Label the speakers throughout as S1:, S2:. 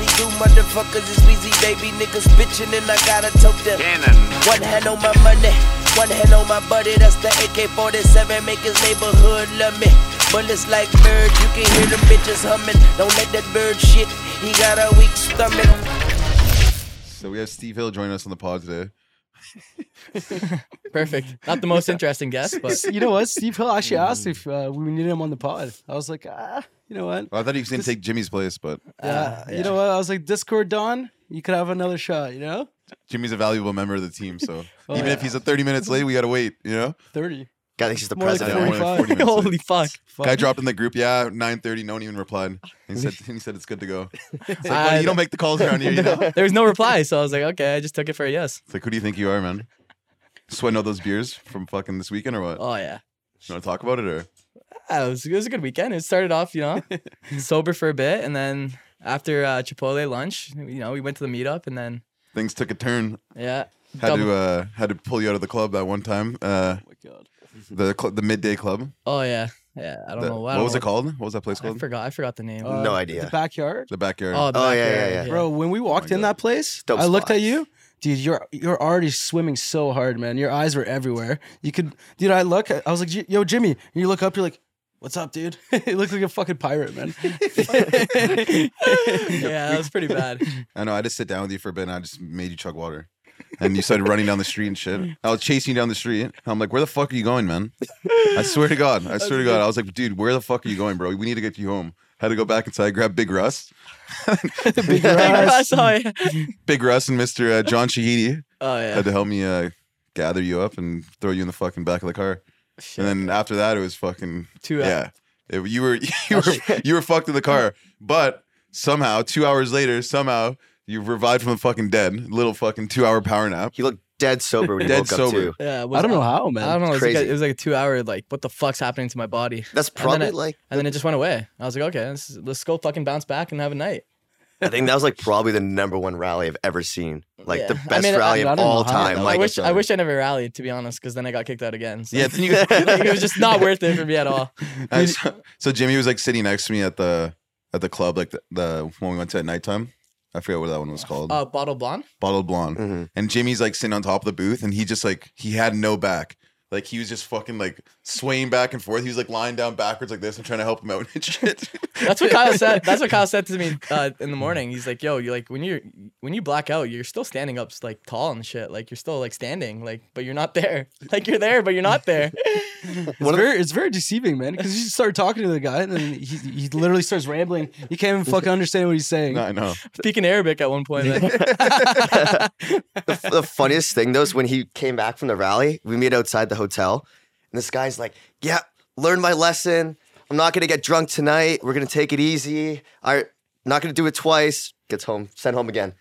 S1: we do, motherfuckers. It's Weezy, baby. Niggas bitchin' and I gotta tote them. One hand on my money, one hand on my buddy. That's the AK 47. Make his neighborhood love me. Bullets like birds, you can hear them bitches humming. Don't let that bird shit, he got a weak stomach.
S2: So we have Steve Hill joining us on the pod today.
S3: Perfect. Not the most interesting guest, but
S4: you know what? Steve Hill actually asked if uh, we needed him on the pod. I was like, ah, you know what?
S2: Well, I thought he was going to take Jimmy's place, but
S4: yeah, you know what? I was like, Discord Don, you could have another shot. You know,
S2: Jimmy's a valuable member of the team. So
S4: Oh,
S2: even if
S4: yeah.
S2: he's a 30 minutes late, we got to wait, you know?
S4: thirty.
S5: God, thinks he's the
S4: More like
S2: Yeah,
S5: president.
S2: we're like 40 minutes late.
S3: holy fuck.
S4: Fuck.
S2: Guy dropped in the group, yeah, 9.30, no one even replied. He said, he said it's good to go. It's like, well, you don't make the calls around here, you know?
S3: There was no reply, so I was like, okay, I just took it for a yes.
S2: It's like, who do you think you are, man? Sweating all those beers from fucking this weekend or what?
S3: Oh yeah.
S2: You want to talk about it or?
S3: Yeah, it was, it was a good weekend. It started off, you know, sober for a bit, and then after uh, Chipotle lunch, you know, we went to the meetup, and then
S2: Things took a turn.
S3: yeah,
S2: Had
S3: double-
S2: to uh, had to pull you out of the club at one time. Uh,
S4: Oh my god.
S2: the cl- the midday club.
S3: oh yeah, yeah. I don't
S2: The-
S3: know I
S2: what
S3: don't
S2: was
S3: know
S2: it called? What was that place
S3: I
S2: called?
S3: forgot. I forgot the name.
S4: Uh,
S5: No
S4: The
S5: idea.
S4: backyard,
S2: The backyard.
S3: the
S5: oh, yeah,
S3: back
S5: yeah,
S3: area,
S5: yeah.
S4: bro. When we walked in
S2: God.
S4: that place,
S5: Dope
S4: I looked at
S5: spots.
S4: you. Dude, you're you're already swimming so hard, man. Your eyes were everywhere. You could, dude. I look. I was like, "J- "Yo, Jimmy." And you look up. You're like, "What's up, dude?" it looks like a fucking pirate, man.
S3: yeah, that was pretty bad.
S2: I know. I just sit down with you for a bit, and I just made you chug water, and you started running down the street and shit. I was chasing you down the street. I'm like, "Where the fuck are you going, man?" I swear to God, I swear to God, I was like, "Dude, where the fuck are you going, bro? We need to get you home." Had to go back inside, grab Big Russ,
S4: Big
S3: I
S4: eyes.
S3: saw it.
S2: Big Russ, and Mister uh, John Shahidi
S3: Oh yeah.
S2: had to help me uh, gather you up and throw you in the fucking back of the car.
S3: Shit.
S2: And then after that, it was fucking
S3: Two
S2: yeah. It- you were you were you were fucked in the car, but somehow two hours later, somehow you revived from the fucking dead. Little fucking two hour power nap.
S5: He looked dead sober when he
S2: Dead
S5: woke
S2: sober.
S5: up too.
S3: Yeah, it was-
S4: I don't know how, man.
S3: I don't know. It was, like a,
S5: Crazy.
S3: it was like a two-hour like, what the fuck's happening to my body?
S5: That's
S3: And then
S5: probably
S3: it-
S5: like
S3: and then it just went away. I was like, okay, this is- let's go fucking bounce back and have a night.
S5: I think that was like probably the number one rally I've ever seen. Like the
S3: Yeah. I
S5: best
S3: mean, I-
S5: rally
S4: I
S5: of
S4: don't
S5: all
S4: know how.
S5: time.
S2: I
S5: Like
S3: I wish I wish I never rallied to be honest, because then I got kicked out again. So.
S2: Yeah, then you.
S3: like, it was just not worth it for me at all.
S2: I just- so Jimmy was like sitting next to me at the at the club, like the, the when we went to at nighttime. I forget what that one was called.
S3: Uh, bottle blonde.
S2: Bottled blonde.
S5: Mhm.
S2: And Jimmy's like sitting on top of the booth, and he just like he had no back. Like he was just fucking like swaying back and forth. He was like lying down backwards like this. I'm trying to help him out and shit.
S3: That's what Kyle said. That's what Kyle said to me uh, in the morning. He's like, "Yo, you like when you're when you black out, you're still standing up, like tall and shit. Like you're still like standing, like but you're not there. Like you're there, but you're not there.
S4: It's very, it's very deceiving, man. Because you start talking to the guy, and then he, he literally starts rambling. You can't even fucking understand what he's saying.
S2: no, I know.
S3: Speaking Arabic at one point. Like,
S5: the, the funniest thing though is when he came back from the rally, we meet outside the hotel, and this guy's like, "Yeah, learned my lesson. I'm not gonna get drunk tonight. We're gonna take it easy. I not gonna do it twice. Gets home, sent home again.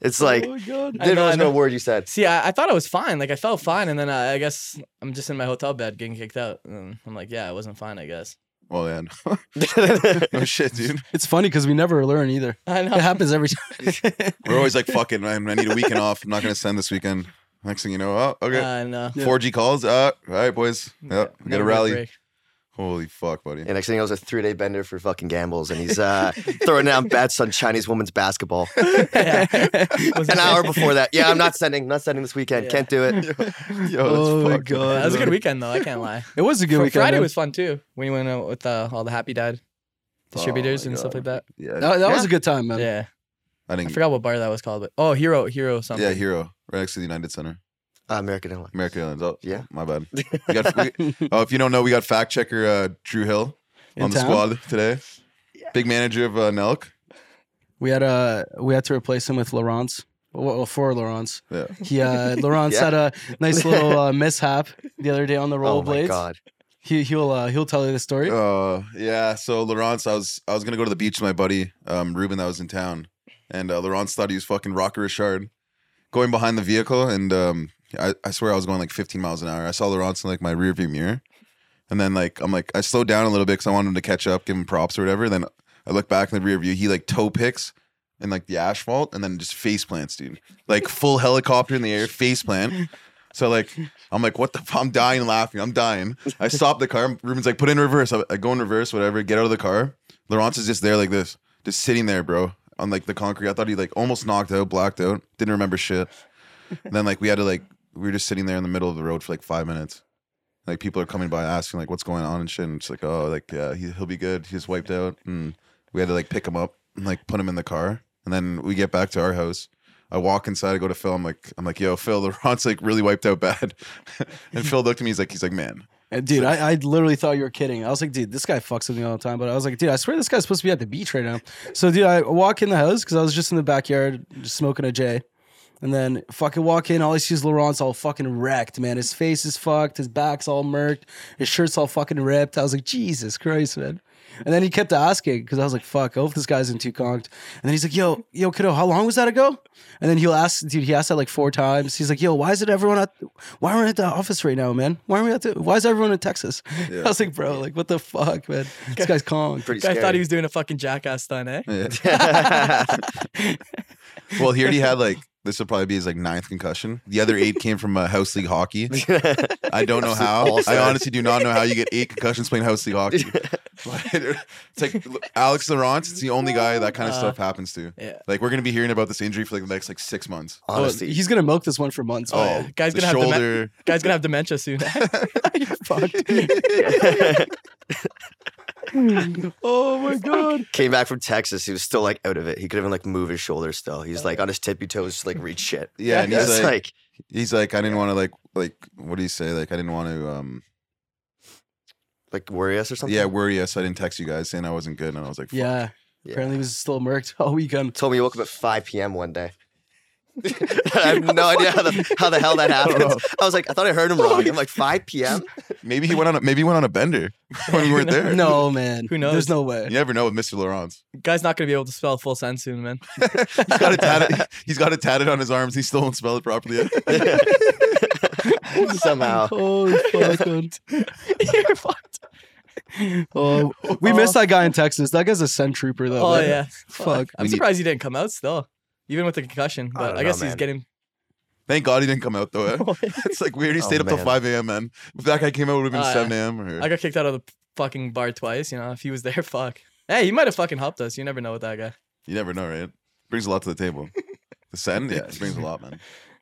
S5: It's like
S4: Oh my god!
S3: I
S5: there
S3: know, I
S5: was no
S3: know.
S5: word you said.
S3: See, I, I thought I was fine. Like I felt fine, and then uh, I, I guess I'm just in my hotel bed getting kicked out. And I'm like, yeah, I wasn't fine. I guess.
S2: Well, yeah. no. no shit, dude.
S4: It's funny because we never learn either.
S3: I
S4: It
S3: know.
S4: happens every time.
S2: We're always like, fuck it, man. I need a weekend off. I'm not going to send this weekend. Next thing you know, oh, okay.
S3: I know.
S2: 4G calls. Uh, all right, boys. Yep, we got a
S3: Never
S2: rally.
S3: break.
S2: Holy fuck, buddy.
S5: And next thing I was a three day bender for fucking gambles, and he's uh, throwing down bets on Chinese women's basketball.
S3: Yeah. Was
S5: An
S3: it-
S5: hour before that, yeah, I'm not sending, not sending this weekend.
S3: Yeah.
S5: Can't do it. Uh,
S2: Yo, that's fucked.
S3: Oh That was a good weekend though. I can't lie.
S4: It was a good
S3: Fr-
S4: weekend.
S3: Friday
S4: man.
S3: was fun too. When you went out with uh, all the Happy Dad distributors and stuff like that.
S2: Yeah.
S4: that, that was
S5: Yeah.
S4: a good time, man.
S3: Yeah,
S2: I
S3: I
S2: think.
S3: forgot what bar that was called, but oh, Hero, Hero something.
S2: Yeah, Hero, right next to the United Center,
S5: Uh, American Airlines.
S2: American Airlines. Oh,
S5: Yeah.
S2: my bad. We got, we- oh, if you don't know, we got fact checker uh, Drew Hill
S4: In
S2: on the
S4: town?
S2: squad today. Big manager of uh, Nelk.
S4: We had uh we had to replace him with Laurence. Well, well, for Laurence,
S2: Yeah.
S4: he uh, Laurence
S5: Yeah.
S4: had a nice little uh, mishap the other day on the
S5: Oh my
S4: rollerblades.
S5: god.
S4: he he'll uh, he'll tell you the story.
S2: Uh, yeah. So Laurence, I was I was gonna go to the beach with my buddy um, Ruben that was in town, and uh, Laurence thought he was fucking Rocker Richard, going behind the vehicle, and um, I, I swear I was going like 15 miles an hour. I saw Laurence in like my rearview mirror, and then like I'm like I slowed down a little bit because I wanted him to catch up, give him props or whatever. Then I look back in the rear view, he like toe picks. And like the asphalt, and then just face plants, dude. Like full helicopter in the air, face plant. So like, I'm like, what the? F-? I'm dying laughing. I'm dying. I stop the car. Ruben's like, put it in reverse. I, I go in reverse, whatever. Get out of the car. Laurence is just there like this, just sitting there, bro. on like the concrete. I thought he like almost knocked out, blacked out, didn't remember shit. And then like we had to like we were just sitting there in the middle of the road for like five minutes. Like people are coming by asking like what's going on and shit. And it's like oh like yeah he, he'll be good. He's wiped out. And we had to like pick him up and like put him in the car. And then we get back to our house. I walk inside. I go to Phil. I'm like I'm like yo Phil. Laurent's like really wiped out bad. and Phil looked at me. He's like he's like man
S4: And dude, I, I literally thought you were kidding. I was like, dude, this guy fucks with me all the time. But I was like, dude, I swear this guy's supposed to be at the beach right now. So, dude, I walk in the house because I was just in the backyard just smoking a J. And then fucking walk in, all I see is Laurent's all fucking wrecked, man. His face is fucked, his back's all murked, his shirt's all fucking ripped. I was like, Jesus Christ, man. And then he kept asking because I was like, fuck, I hope this guy isn't too conked. And then he's like, yo, yo, kiddo, how long was that ago? And then he'll ask, dude, he asked that like four times. He's like, yo, why is it everyone at, why aren't we at the office right now, man? Why aren't we at the, why is everyone in Texas? I was like, bro, like, what the fuck, man? This guy's conked.
S5: Pretty
S3: Guy
S5: scary.
S3: thought he was doing a fucking jackass stunt, eh?
S2: Yeah. well, he already had like this would probably be his like ninth concussion. The other eight came from uh, house league hockey. I don't know how. I honestly do not know how you get eight concussions playing house league hockey. But it's like Alex Laurent. It's the only guy that kind of stuff happens to.
S3: Uh, yeah.
S2: Like we're gonna be hearing about this injury for like the next like six months.
S4: Oh,
S5: Honestly,
S4: he's gonna milk this one for months.
S2: Oh,
S4: man.
S3: Guy's
S2: the
S3: gonna have demen-
S2: shoulder.
S3: Guy's gonna have dementia soon. oh my god.
S5: came back from Texas. He was still like out of it. He could even like move his shoulders still. He's like on his tippy toes, just like reach shit.
S2: Yeah, and he's
S5: It's
S2: like,
S5: like,
S2: he's like I didn't want to like like what do you say like I didn't want to um
S5: like worry us or something.
S2: yeah worry us. I didn't text you guys saying I wasn't good and I was like fuck.
S4: yeah.
S5: Yeah.
S4: Apparently he was still murked all weekend.
S5: told me he woke up at 5 p.m. one day. I have no idea how the, how the hell that happened. I was like, I thought I heard him wrong. I'm like, 5 p.m.
S2: Maybe he went on a, maybe he went on a bender when we weren't there.
S4: No, man.
S3: Who knows?
S4: There's no way.
S2: You never know with Mr. Laurent's.
S3: Guy's not gonna be able to spell full send soon, man.
S2: He's got it tatted. He's got it tatted on his arms. He still won't spell it properly. Yet.
S5: Somehow.
S4: Holy fuck, man.
S3: You're fucked.
S4: Oh, we missed that guy in Texas. That guy's a send trooper, though.
S3: Oh
S4: man.
S3: yeah.
S4: Fuck.
S3: I'm
S2: We need-
S3: surprised he didn't come out still. Even with the concussion. But
S5: don't
S3: I, guess
S5: know,
S3: he's
S5: man.
S3: getting
S2: Thank God he didn't come out though. eh? It's like weird. He stayed
S5: Oh,
S2: up till
S5: man.
S2: 5 a.m. Man, if that guy came out, it would have been
S3: Oh, yeah.
S2: 7 a.m. Or
S3: I got kicked out of the fucking bar twice, you know. If he was there, fuck. Hey, he might have fucking helped us. You never know with that guy.
S2: you never know, right? Brings a lot to the table. The send, yeah, it brings a lot, man.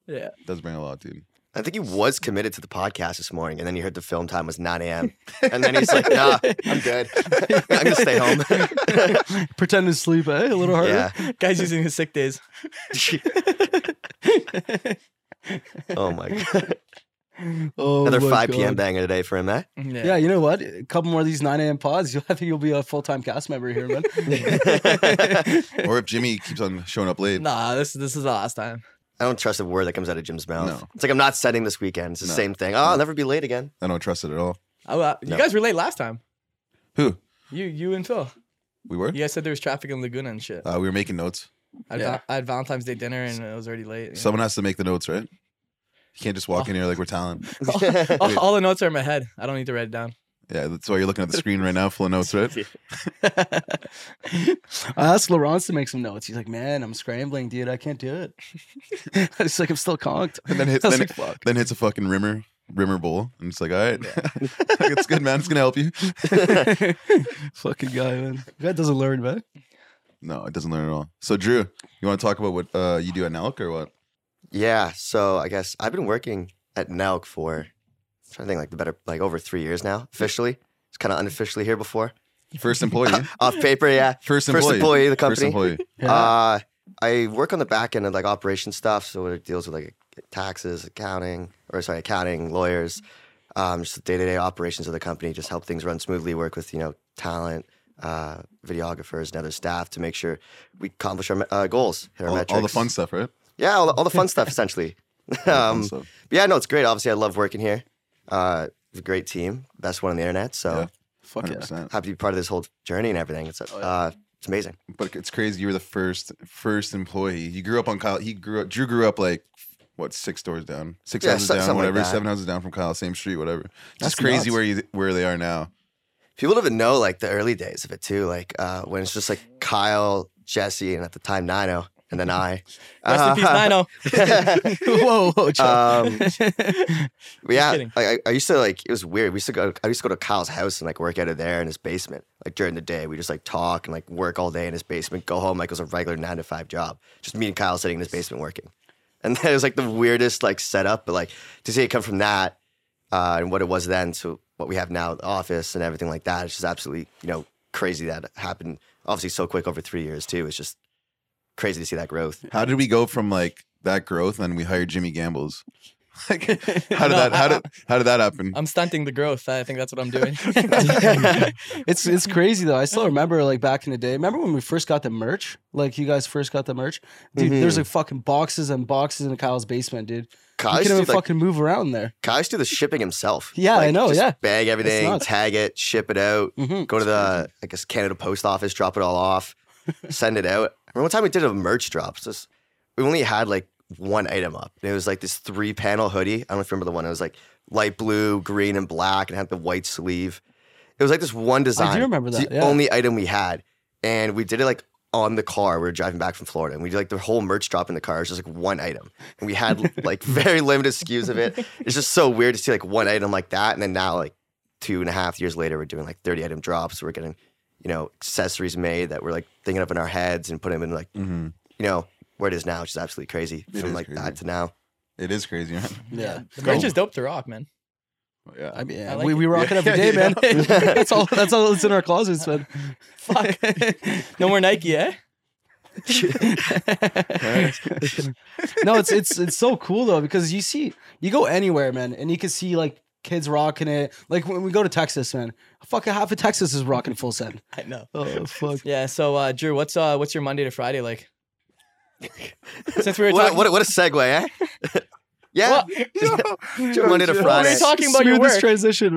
S3: Yeah.
S2: does bring a lot, dude.
S5: I think he was committed to the podcast this morning, and then you heard the film time was 9 a.m. And then he's like, nah, I'm good. I'm going to stay home.
S4: Pretend to sleep, eh? A little harder.
S5: yeah.
S3: Guy's using his sick days.
S5: Oh, my God.
S4: Oh,
S5: Another
S4: my
S5: 5 p.m.
S4: God.
S5: banger today for him, eh?
S3: Mm,
S4: Yeah. you know what? A couple more of these 9 a.m. pods. You'll, I think you'll be a full time cast member here, man.
S2: Or if Jimmy keeps on showing up late,
S3: Nah, this this is the last time.
S5: I don't trust a word that comes out of Jim's mouth.
S2: No.
S5: It's like, I'm not setting this weekend. It's the
S2: No.
S5: same thing. Oh, I'll never be late again.
S2: I don't trust it at all.
S3: Oh, uh, you
S5: No.
S3: guys were late last time.
S2: Who
S3: You you and Phil.
S2: we were?
S3: You guys said there was traffic in Laguna and shit.
S2: Uh, we were making notes.
S3: I, had
S4: Yeah.
S3: val- I had Valentine's Day dinner and it was already late. you know.
S2: Someone has to make the notes, right? You can't just walk in here like we're talent.
S3: all, all the notes are in my head. I don't need to write it down.
S2: Yeah, that's why you're looking at the screen right now, full of notes, right?
S4: I asked Laurence to make some notes. He's like, man, I'm scrambling, dude. I can't do it. it's like, I'm still conked.
S2: And then hits,
S4: I was
S2: then,
S4: like, fuck.
S2: then hits a fucking rimmer, rimmer bowl, and it's like, all right, it's good, man. It's gonna help you.
S4: Fucking guy, man. That doesn't learn, man.
S2: No, it doesn't learn at all. So, Drew, you want to talk about what uh, you do at Nelk or what?
S5: Yeah, so I guess I've been working at Nelk for I'm trying to think like the better like over three years now officially. It's
S2: Mm.
S5: kind of unofficially here before
S2: First employee,
S5: off paper. Yeah,
S2: first employee,
S5: First employee of the
S2: First
S5: company.
S2: employee.
S4: Yeah.
S5: Uh, I work on the back end of like operation stuff, so it deals with like taxes, accounting, or sorry, accounting, lawyers, um, just the day to day operations of the company. Just help things run smoothly. Work with you know talent, uh, videographers, and other staff to make sure we accomplish our uh, goals, hit our
S2: All,
S5: metrics,
S2: all the fun stuff, right?
S5: Yeah, all the, all the fun stuff essentially.
S2: All the fun
S5: Um,
S2: stuff.
S5: but yeah, no, it's great. Obviously, I love working here. Uh, it's a great team, best one on the internet. So
S2: Yeah.
S4: Fuck yeah.
S2: 100%.
S5: happy to be part of this whole journey and everything. It's uh,
S3: Oh,
S5: it's amazing.
S2: But it's crazy. You were the first first employee. You grew up on Kyle. He grew up. Drew grew up like what six doors down, six
S5: Yeah,
S2: houses
S5: so-
S2: down,
S5: something like
S2: whatever,
S5: that.
S2: seven houses down from Kyle, same street, whatever. It's
S4: That's
S2: just crazy
S4: nuts.
S2: where you where they are now.
S5: People don't even know like the early days of it too, like uh, when it's just like Kyle, Jesse, and at the time Nino. and then I.
S3: Rest in peace,
S5: Uh-huh.
S3: Nino.
S4: whoa, whoa, chill.
S5: Um, yeah,
S3: kidding.
S5: like, I, I used to like it was weird. We used to go. I used to go to Kyle's house and like work out of there in his basement. Like during the day, we just like talk and like work all day in his basement. Go home like it was a regular nine to five job. Just me and Kyle sitting in his basement working. And that was like the weirdest like setup. But like to see it come from that uh, and what it was then to what we have now, the office and everything like that. It's just absolutely you know crazy that it happened. Obviously, so quick over three years too. It's just crazy to see that growth.
S2: How did we go from like that growth and then we hired Jimmy Gambles? Like, how did
S3: No,
S2: that? How
S3: I-
S2: did how did that happen?
S3: I'm stunting the growth. I think that's what I'm doing.
S4: it's it's crazy though. I still remember like back in the day. Remember when we first got the merch? Like you guys first got the merch, dude. There's like fucking boxes and boxes in Kyle's basement, dude.
S5: Kyle
S4: you
S5: used
S4: can
S5: to,
S4: even
S5: like,
S4: fucking move around there.
S5: Kyle used to do the shipping himself.
S4: Yeah, I know,
S5: just
S4: yeah.
S5: bag everything,
S4: nuts.
S5: tag it, ship it out.
S4: Mhm.
S5: Go to the I guess Canada Post Office, drop it all off, send it out. I remember one time we did a merch drop. so This we only had like one item up. And it was like this three panel hoodie. I don't know if you remember the one. It was like light blue, green, and black, and had the white sleeve. It was like this one design.
S4: remember
S5: It's
S4: that,
S5: The
S4: yeah.
S5: only item we had, and we did it like on the car. We were driving back from Florida, and we did like the whole merch drop in the car. It was just like one item, and we had like very limited SKUs of it. It's just so weird to see like one item like that, and then now like two and a half years later, we're doing like thirty item drops. We're getting you know accessories made that we're like thinking up in our heads and put them in like
S2: Mhm.
S5: you know where it is now, which is absolutely crazy
S2: It
S5: from
S2: is
S5: like
S2: crazy.
S5: that to now.
S2: It is crazy. Right?
S4: Yeah,
S3: the merch is dope to rock, man.
S2: Yeah.
S4: I mean,
S3: I like
S4: we,
S3: it.
S4: we rock it
S2: Yeah,
S4: every day,
S2: yeah.
S4: man. that's all. That's all that's in our closets, man.
S3: Fuck. no more Nike, eh?
S4: no, it's it's it's so cool though because you see you go anywhere, man, and you can see like kids rocking it. Like when we go to Texas, man, fucking half of Texas is rocking full send.
S3: I know.
S4: Oh fuck.
S3: Yeah. So, uh, Drew, what's uh, what's your Monday to Friday like? Since we were
S5: What a,
S3: talking,
S5: what a, what a segue, eh? yeah,
S3: Well,
S5: Monday to
S3: we
S5: Friday.
S3: were talking about your
S4: Smoothest
S3: work.
S4: transition,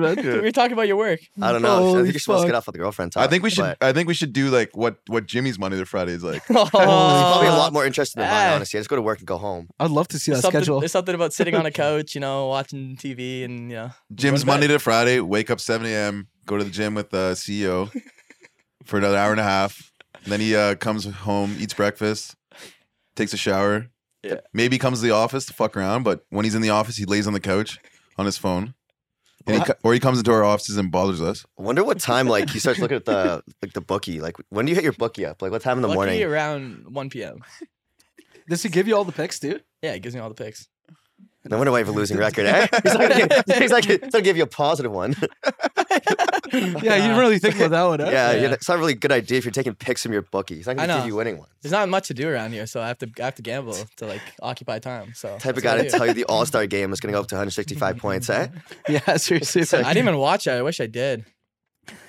S4: man.
S3: We were talking about your work.
S5: I don't know. I
S4: Holy
S5: think you're supposed to
S4: fuck.
S5: get off with the girlfriend time.
S2: I think we should. I think we should do like what what Jimmy's Monday to Friday is like.
S5: probably a
S3: Oh.
S5: lot more interested in mine,
S3: Ah.
S5: honestly. I just go to work and go home.
S4: I'd love to see that
S3: There's something,
S4: schedule.
S3: there's something about sitting on a couch, you know, watching TV and, you know,
S2: Jim's
S3: What about-
S2: Monday to Friday. Wake up 7 a.m. Go to the gym with the CEO for another hour and a half. And then he uh, comes home, eats breakfast, takes a shower.
S3: Yeah.
S2: Maybe comes to the office to fuck around, but when he's in the office, he lays on the couch on his phone. And he, co- or he comes into our offices and bothers us.
S5: I wonder what time like he starts looking at the like the bookie. Like when do you hit your bookie up? Like what time in the
S3: lucky
S5: morning?
S3: around 1 p.m.
S4: Does he give you all the picks, dude?
S3: Yeah, it gives me all the picks.
S5: No wonder why you have a losing record. Eh? He's like, he's like, it's gonna give you a positive one.
S4: Yeah, you didn't really think about that one. Huh?
S5: yeah,
S3: Yeah.
S5: you're- it's not a really good idea if you're taking picks from your bookie. He's not gonna
S3: I
S5: give
S3: know.
S5: you winning ones.
S3: There's not much to do around here, so I have to I have to gamble to like occupy time. So
S5: Type of
S3: that's what
S5: guy
S3: I
S5: to
S3: do.
S5: tell you the All Star game is gonna go up to 165 points. Eh?
S4: yeah, seriously.
S5: So-
S4: man.
S3: I didn't even watch it. I wish I did.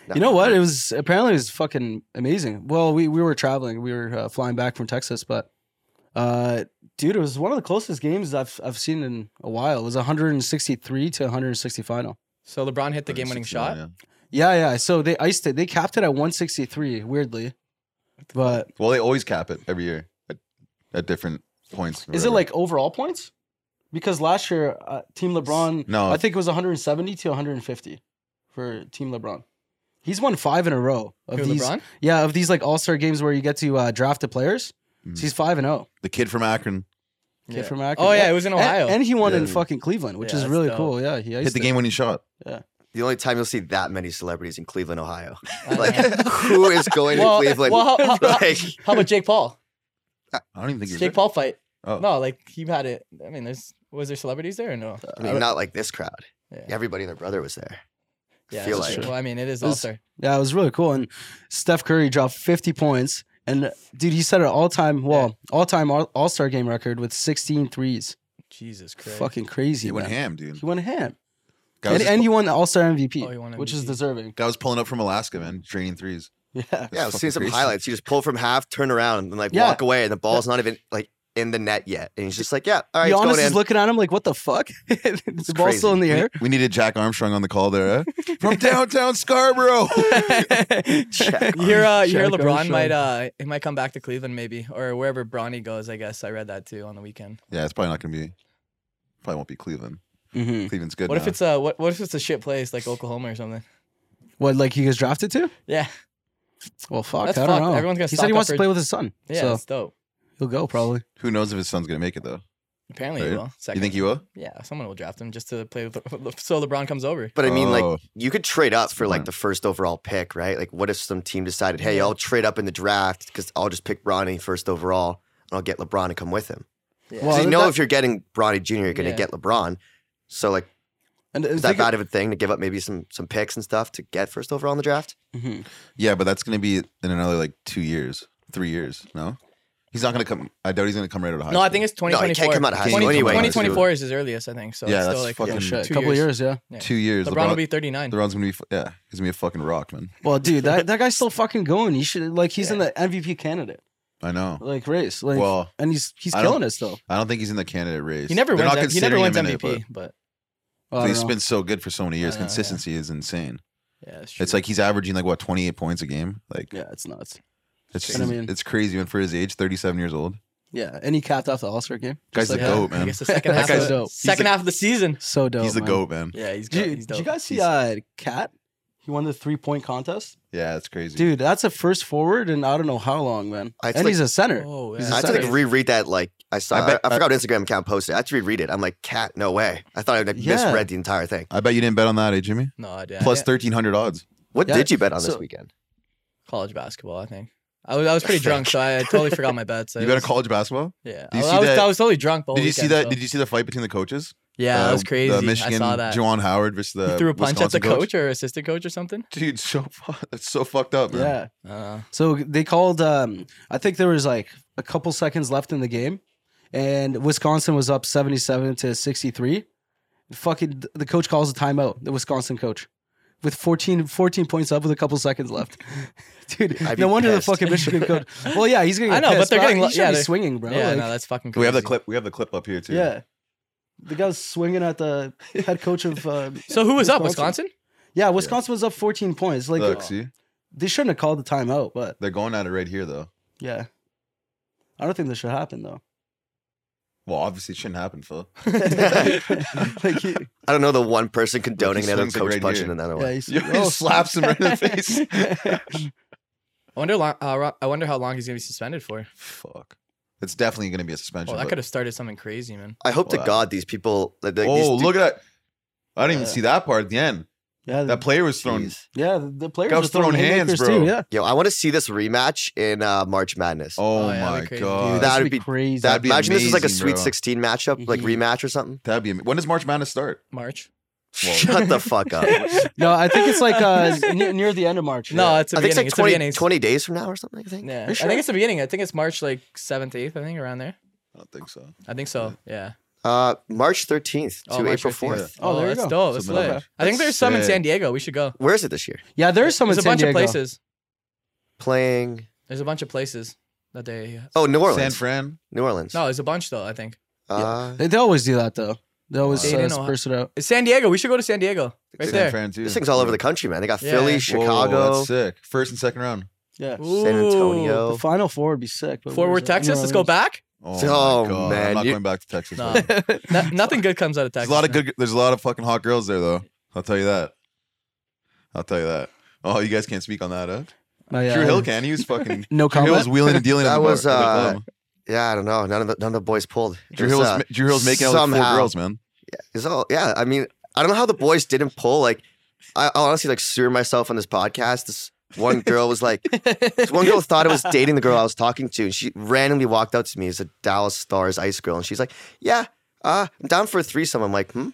S5: No.
S4: You know what? It was apparently it was fucking amazing. Well, we we were traveling, we were uh, flying back from Texas, but uh, dude, it was one of the closest games I've I've seen in a while. It was 163 to 160 final.
S3: So LeBron hit the game-winning shot.
S2: Yeah.
S4: Yeah, yeah. So they iced it. They capped it at 163. Weirdly, but
S2: Well, they always cap it every year at, at different points. or
S4: is it
S2: whatever.
S4: like overall points? Because last year, uh, Team LeBron,
S2: No.
S4: I think it was 170 to 150 for Team LeBron. He's won five in a row of
S3: Who,
S4: these.
S3: LeBron?
S4: Yeah, of these like All Star games where you get to uh, draft the players.
S2: Mm.
S4: So he's five and zero.
S2: the kid from Akron
S4: Kid
S3: Yeah.
S4: from Akron.
S3: Oh yeah, it was in
S4: And-
S3: Ohio.
S4: And, he won in
S2: Yeah.
S4: fucking Cleveland, which
S3: Yeah,
S4: is
S3: that's
S4: really
S3: dope.
S4: cool. Yeah, he
S2: hit the game winning shot.
S5: The only time you'll see that many celebrities in Cleveland, Ohio.
S3: I
S5: Like,
S3: know.
S5: who is going
S3: Well,
S5: to Cleveland?
S3: well, how- how-
S5: like,
S3: How about Jake Paul?
S2: I don't even think he was
S3: Jake Paul fight.
S2: Oh.
S3: No, like he had it. I mean, there's was there celebrities there or no?
S5: I mean, not like this crowd.
S3: Yeah.
S5: Everybody and their brother was there.
S3: Yeah,
S5: feel
S3: that's
S5: like-
S3: true. Well, I mean, it is
S4: This-
S3: all star.
S4: Yeah, it was really cool. And Steph Curry dropped 50 points. And uh, dude, he set an all time, well, all time All Star game record with 16 threes.
S3: Jesus Christ.
S4: Fucking crazy.
S2: He went
S4: man.
S2: ham, dude.
S4: He went ham.
S2: Guy was,
S4: and
S2: just-
S4: and he won the All Star MVP,
S3: Oh, he won
S4: which is
S3: MVP.
S4: deserving.
S2: guy was pulling up from Alaska, man, draining threes.
S4: Yeah.
S5: Yeah, I've
S2: fucking
S5: seen some
S2: crazy.
S5: highlights. You just pull from half, turn around, and like
S4: Yeah.
S5: walk away, and the ball's not even like in the net yet. And he's just like, yeah, all right, it's
S4: Giannis
S5: going
S4: is
S5: in.
S4: looking at him like, what the fuck? the ball's
S5: crazy.
S4: still in the air.
S2: We needed Jack Armstrong on the call there, eh? From downtown Scarborough.
S5: Check.
S3: You hear, uh, you hear
S4: Shaq
S3: LeBron
S4: Armstrong.
S3: might uh he might come back to Cleveland maybe or wherever Bronny goes. I guess I read that too on the weekend.
S2: yeah, it's probably not gonna be. Probably won't be Cleveland.
S4: Mhm.
S2: Cleveland's good.
S3: What if
S2: now.
S3: it's a what, what if it's a shit place like Oklahoma or something?
S4: What, like he gets drafted to?
S3: Yeah,
S4: Well, fuck.
S3: That's
S4: I don't
S3: fucked.
S4: know.
S3: Everyone's gonna
S4: he
S3: stock
S4: said he
S3: up
S4: wants
S3: for-
S4: to play with his son.
S3: yeah,
S4: so
S3: it's dope.
S4: it's, He'll go probably.
S2: Who knows if his son's gonna make it though?
S3: Apparently,
S2: Right.
S3: he will. Second.
S2: You think he will?
S3: Yeah, someone will draft him just to play with Le- so LeBron comes over.
S5: But I mean,
S2: Oh.
S5: like, you could trade up for like
S2: point.
S5: the first overall pick, right? Like, what if some team decided, hey, I'll trade up in the draft because I'll just pick Bronny first overall and I'll get LeBron to come with him.
S3: Yeah.
S5: 'Cause
S4: Well,
S5: you know,
S4: that-
S5: if you're getting Bronny Jr., you're going to
S3: Yeah.
S5: get LeBron. So, like,
S4: And
S5: is that bad of a thing to give up maybe some some picks and stuff to get first overall in the draft?
S4: Mhm.
S2: Yeah, but that's gonna be in another like two years, three years. No, he's not gonna come. I doubt he's gonna come right out of high.
S3: No, I
S2: school.
S3: think it's
S5: he can't
S3: 2024.
S5: come out of high school
S3: 20
S5: anyway.
S3: 2024 is his earliest, I think. So
S2: yeah,
S3: it's
S2: that's
S3: still like
S2: fucking
S4: Yeah, shit.
S3: two
S4: A couple
S3: years.
S4: years. Yeah.
S3: yeah.
S2: two years.
S3: LeBron,
S2: LeBron,
S3: will be 39.
S2: LeBron's gonna be fu- yeah, he's gonna be a fucking rock, man.
S4: Well, dude, that, that guy's still fucking going. He should like he's in
S3: Yeah.
S4: the MVP candidate
S2: I know.
S4: like race. Like,
S2: well,
S4: and he's he's
S2: I don't-
S4: killing us though.
S2: I don't think he's in the candidate race.
S3: He never
S2: They're
S3: wins.
S2: not
S3: M- He never
S2: considering
S3: wins
S2: him in
S3: MVP,
S2: it, but-
S3: but
S4: Well, I
S2: he's
S4: don't know.
S2: been so good for so many years.
S3: I know, yeah.
S2: Consistency is insane.
S3: yeah, it's,
S2: It's like he's averaging like what twenty eight points a game. Like
S4: yeah, it's nuts.
S2: it's
S4: And I mean-
S2: it's crazy. And for his age, thirty seven years old,
S4: Yeah, and he capped off the All Star game.
S2: guy's
S4: like
S2: the
S4: that.
S2: goat,
S3: I
S2: man.
S3: guess the second
S4: That
S3: half,
S4: guy's
S3: of,
S4: dope.
S3: second
S2: He's the-
S3: half of the season.
S4: So dope.
S2: he's the
S4: man.
S2: goat, man.
S3: Yeah, he's
S4: Did
S3: good.
S4: you,
S3: He's
S4: did you
S3: dope.
S4: guys see
S2: He's-
S4: uh, Cat? He won the three point contest.
S2: Yeah, that's crazy.
S4: Dude, that's a first forward, and I don't know how long, man.
S5: I
S4: and
S5: feel
S4: he's a center.
S3: Oh,
S4: He's
S5: I
S4: a
S5: had to
S4: center.
S5: like reread that. Like, I saw,
S2: I
S5: I,
S2: bet-
S5: I, forgot what Instagram account posted. it. I had to reread it. I'm like, cat, no way. I thought I like,
S4: Yeah.
S5: misread the entire thing.
S2: I bet you didn't bet on that, eh, Jimmy?
S3: no, I did.
S2: Plus thirteen hundred odds.
S5: What
S4: Yeah,
S5: did you bet on this
S4: so-
S5: weekend?
S3: college basketball, I think. I was, I was pretty drunk, so I totally forgot my bets. I
S2: You bet on
S3: was-
S2: college basketball?
S3: Yeah,
S2: Do you
S3: I,
S2: see
S3: I was,
S2: that-
S3: I was totally drunk. The whole
S2: Did you see
S3: weekend,
S2: that?
S3: so-
S2: Did you see the fight between the coaches?
S3: yeah,
S2: Uh,
S3: that was crazy.
S2: The Michigan
S3: I saw that.
S2: Juwan Howard versus the
S3: he threw a punch
S2: Wisconsin
S3: at the coach, or assistant coach or something.
S2: Dude, so fu- that's so fucked up, man.
S4: Yeah.
S3: Uh,
S4: So they called. Um, I think there was like a couple seconds left in the game, and Wisconsin was up seventy-seven to sixty-three. Fucking, the coach calls a timeout. The Wisconsin coach, with 14, 14 points up with a couple seconds left. Dude,
S5: I'd be
S4: no wonder
S5: pissed.
S4: the fucking Michigan coach. Well, yeah, he's gonna.
S3: I
S4: Get
S3: know, but
S4: pissed,
S3: they're getting
S4: he
S3: lo-
S4: should
S3: yeah,
S4: be
S3: they're-
S4: swinging, bro.
S3: yeah,
S4: like,
S3: no, that's fucking. Crazy.
S2: We have the clip. We have the clip up here too.
S4: yeah. The guy was swinging at the head coach of. Uh,
S3: So who was up?
S4: Wisconsin?
S3: Wisconsin?
S4: yeah, Wisconsin was up fourteen points. Like
S3: uh,
S2: Look, see,
S4: they shouldn't have called the timeout, but
S2: they're going at it right here, though.
S4: yeah, I don't think this should happen though.
S2: Well, obviously, it shouldn't happen, Phil.
S4: like he,
S5: I don't know the one person condoning another
S2: swings it
S5: coach
S2: right
S5: punching
S2: here.
S5: another one.
S4: yeah, he's, oh,
S2: He slaps him right in the face.
S3: I wonder. lo- Uh, Ro- I wonder how long he's gonna be suspended for.
S2: Fuck. It's definitely going to be a suspension.
S3: Oh, that
S2: but-
S3: could have started something crazy, man.
S5: I hope
S2: Wow.
S5: to God these people. Like, like, these
S2: oh,
S5: du-
S2: look at that. I didn't
S4: Yeah.
S2: even see that part at the end.
S4: yeah,
S2: That player was thrown.
S5: Jeez.
S4: yeah, the, the players
S2: Guy
S4: were
S2: was throwing hands,
S4: haymakers,
S2: bro.
S4: Too, yeah,
S5: Yo, I want to see this rematch in uh, March Madness.
S2: Oh,
S3: Oh, yeah, that'd
S2: my
S3: be crazy.
S2: god.
S4: Dude,
S5: that-
S2: that,
S4: that'd
S5: would
S4: be
S5: be-
S4: crazy.
S5: that,
S2: that'd be
S5: imagine this is like a
S2: amazing,
S5: Sweet
S2: bro.
S5: 16 matchup, like
S4: Mhm.
S5: rematch or something.
S2: would be. Am- when does March Madness start?
S3: March.
S2: Well,
S5: Shut the fuck up.
S4: no, I think it's like uh, near, near the end of March.
S3: No, it's the
S5: I think it's like
S3: beginning. It's the
S5: 20,
S3: beginning.
S5: 20 days from now or something. I think.
S3: Yeah,
S4: You
S3: I think it's the beginning. I think it's March like seventh, eighth. I think around there.
S2: I don't think so.
S3: I think so. Yeah.
S5: Uh, March 13th to
S3: Oh, March
S5: April
S3: 15th.
S5: 4th.
S4: Oh,
S3: Oh,
S4: there you
S3: that's
S4: go.
S3: dope. That's
S2: Something like
S3: lit.
S2: that.
S3: I think there's some in
S2: Sick.
S3: San Diego. We should go.
S5: Where is it this year?
S4: yeah, there's some
S3: There's
S4: in
S3: a
S4: San
S3: bunch of
S4: Diego.
S3: places.
S5: Playing.
S3: There's a bunch of places that they.
S5: Oh, New Orleans.
S2: San Fran.
S5: New Orleans.
S3: No, there's a bunch though. I think
S5: Uh,
S4: They, they always do that though. They always
S3: They
S4: uh,
S3: didn't know-
S4: disperse it out.
S3: it's San Diego. We should go to San Diego. Right
S2: San
S3: there.
S2: Fran too.
S5: This thing's all over the country, man. They got Philly,
S3: Yeah.
S5: Chicago.
S2: Whoa, that's sick. First and second round.
S4: Yeah,
S5: San Antonio.
S4: the final four would be sick. but
S3: Ooh.
S4: where
S3: Fort
S4: is
S3: Worth,
S4: it?
S3: Texas.
S4: No,
S3: Let's go
S4: there's-
S3: back.
S2: Oh,
S5: Oh,
S2: my God.
S5: man,
S2: I'm not
S5: you-
S2: going back to Texas.
S3: No.
S2: man.
S3: No- nothing good comes out of
S2: There's
S3: Texas.
S2: a lot of
S3: man.
S2: good. There's a lot of fucking hot girls there, though. I'll tell you that. I'll tell you that. Oh, you guys can't speak on that, huh?
S4: No, yeah,
S2: Drew
S4: I-
S2: Hill can. He was fucking.
S4: No
S2: Drew Hill was
S4: comment.
S2: wheeling and dealing. at
S5: That
S2: the bar-
S5: was,
S2: at the
S5: uh,
S2: club.
S5: Yeah, I don't know. None of the none of the boys pulled. It
S2: Drew
S5: was,
S2: Hill's,
S5: uh,
S2: ma- Drew Hill's making out with four
S5: somehow.
S2: girls, man.
S5: It's all yeah. I mean, I don't know how the boys didn't pull. Like, I I'll honestly like sewer myself on this podcast. This one girl was like, this one girl thought I was dating the girl I was talking to, and she randomly walked up to me as a Dallas Stars ice girl, and she's like, "Yeah, uh, I'm down for a threesome." I'm like, "Hmm."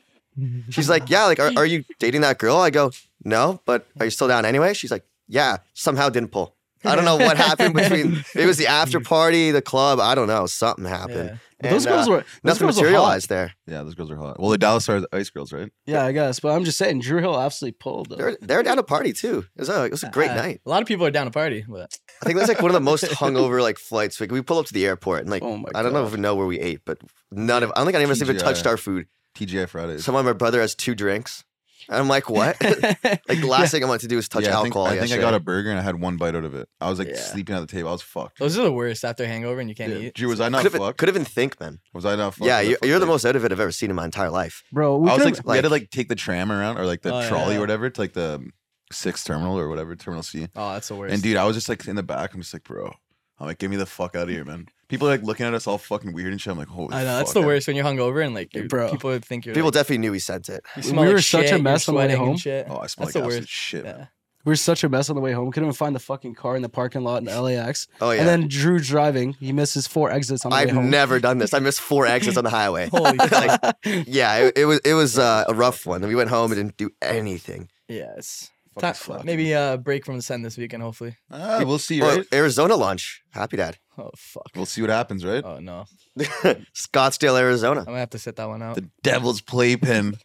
S5: She's like, "Yeah, like, are, are you dating that girl?" I go, "No, but are you still down anyway?" She's like, "Yeah." Somehow didn't pull. I don't know what happened between. It was the after party, the club. I don't know. Something happened.
S3: Yeah.
S4: But Those
S5: And,
S4: girls
S5: uh,
S4: were those
S5: nothing
S4: girls were hot.
S5: materialized there.
S2: Yeah, those girls are hot. Well, the Dallas Stars ice girls, right?
S4: Yeah, I guess. But I'm just saying, Drew Hill absolutely pulled. Though.
S5: They're they're down a party too. It was a it was a great
S3: Uh,
S5: night.
S3: A lot of people are down to party, but
S5: I think that's like one of the most hungover like flights. Like we pull up to the airport and like
S4: Oh my
S5: I don't know if we know where we ate, but none of I don't think any of us even
S2: TGI.
S5: touched our food.
S2: TGI Fridays.
S5: Someone, my brother has two drinks. And I'm like, what? like the last thing I want to do is touch
S2: yeah, I think,
S5: alcohol.
S2: I, think I
S5: yesterday.
S2: got a burger and I had one bite out of it. I was like
S3: Yeah.
S2: sleeping at the table. I was fucked.
S3: those are the worst after a hangover and you can't eat.
S2: Drew, was I not
S5: could have
S2: fucked?
S5: could have been think, man.
S2: was I not fucked?
S5: yeah,
S2: Was I
S5: you're, you're the
S2: fucked?
S5: most out of it I've ever seen in my entire life.
S4: Bro, we
S2: I was
S4: could've-
S2: like, we had to
S5: like-
S2: like take the tram around or like the
S3: Oh, yeah,
S2: trolley
S3: yeah.
S2: or whatever to like the sixth terminal or whatever terminal C.
S3: Oh, that's the worst.
S2: And dude, I was just like in the back. I'm just like, bro, I'm like, get me the fuck out of here, man. People are like looking at us all fucking weird and shit. I'm like, holy.
S3: I know that's
S2: fuck.
S3: the worst when you're hungover and like you're,
S4: Bro.
S3: people would think you're
S5: People
S3: like,
S5: definitely knew he sent it.
S3: you
S4: We
S3: smell like
S4: were such a
S3: shit, you're
S4: mess on the way
S3: sweating and
S4: home.
S3: Shit.
S2: Oh, I smell
S3: that's
S2: like
S3: the
S2: absolute
S3: worst.
S2: shit. man.
S3: Yeah.
S4: We were such a mess on the way home. Couldn't even find the fucking car in the parking lot in LAX.
S5: Oh, yeah.
S4: And then Drew driving. He misses four exits on the way
S5: I've
S4: home.
S5: never done this. I missed four exits on the highway.
S3: Holy fuck.
S5: yeah, it, it was it was uh, a rough one. We went home and didn't do anything.
S3: Yes.
S2: Fucking
S3: Ti-
S2: sucks.
S3: maybe uh, break from the sun this weekend, hopefully.
S2: Ah, we'll see,
S5: Well,
S2: right?
S5: Oh, Arizona launch. Happy dad.
S3: Oh fuck.
S2: We'll see what happens, right?
S3: Oh no.
S5: Scottsdale, Arizona.
S3: I'm gonna have to sit that one out.
S2: The devil's playpen.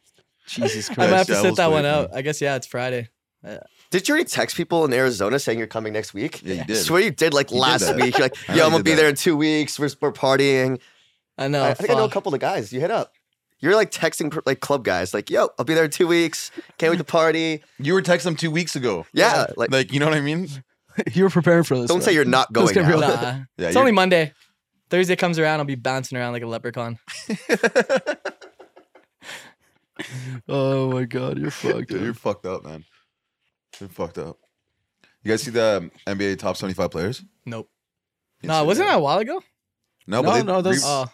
S4: Jesus
S3: I'm
S4: Christ.
S3: gonna have to
S2: Christ, that
S3: sit that
S2: was
S3: one
S2: way
S3: out. I guess yeah, it's Friday.
S5: Did you already text people in Arizona saying you're coming next week?
S2: Yeah, you
S5: I
S2: did.
S5: swear you did like
S2: You did
S5: last
S2: that.
S5: week. You're like,
S2: I
S5: yo,
S2: know you
S5: I'm gonna
S2: did
S5: be
S2: that.
S5: there in two weeks. We're, we're partying.
S3: I know.
S5: I, I think I know a
S3: Oh, fuck.
S5: couple of guys. You hit up. You're like texting per- like club guys, like, yo, I'll be there in two weeks. Can't wait to party.
S2: You were texting them two weeks ago.
S5: Yeah, like,
S2: Like, you know what I mean?
S4: you were preparing for this.
S5: don't
S4: man.
S5: say you're not
S4: Let's
S5: going.
S4: get real.
S5: Now.
S3: Nah.
S2: Yeah,
S3: it's
S2: you're-
S3: only Monday. Thursday comes around, I'll be bouncing around like a leprechaun.
S4: Oh my God, you're fucked.
S2: Dude, you're
S4: dude.
S2: fucked up, man. You're fucked up. You guys see the um, NBA top 75 players?
S3: Nope.
S2: You
S3: nah,
S2: see
S3: wasn't that a while ago?
S2: No, but
S4: No,
S2: they,
S4: no, those-
S2: re-
S3: Oh,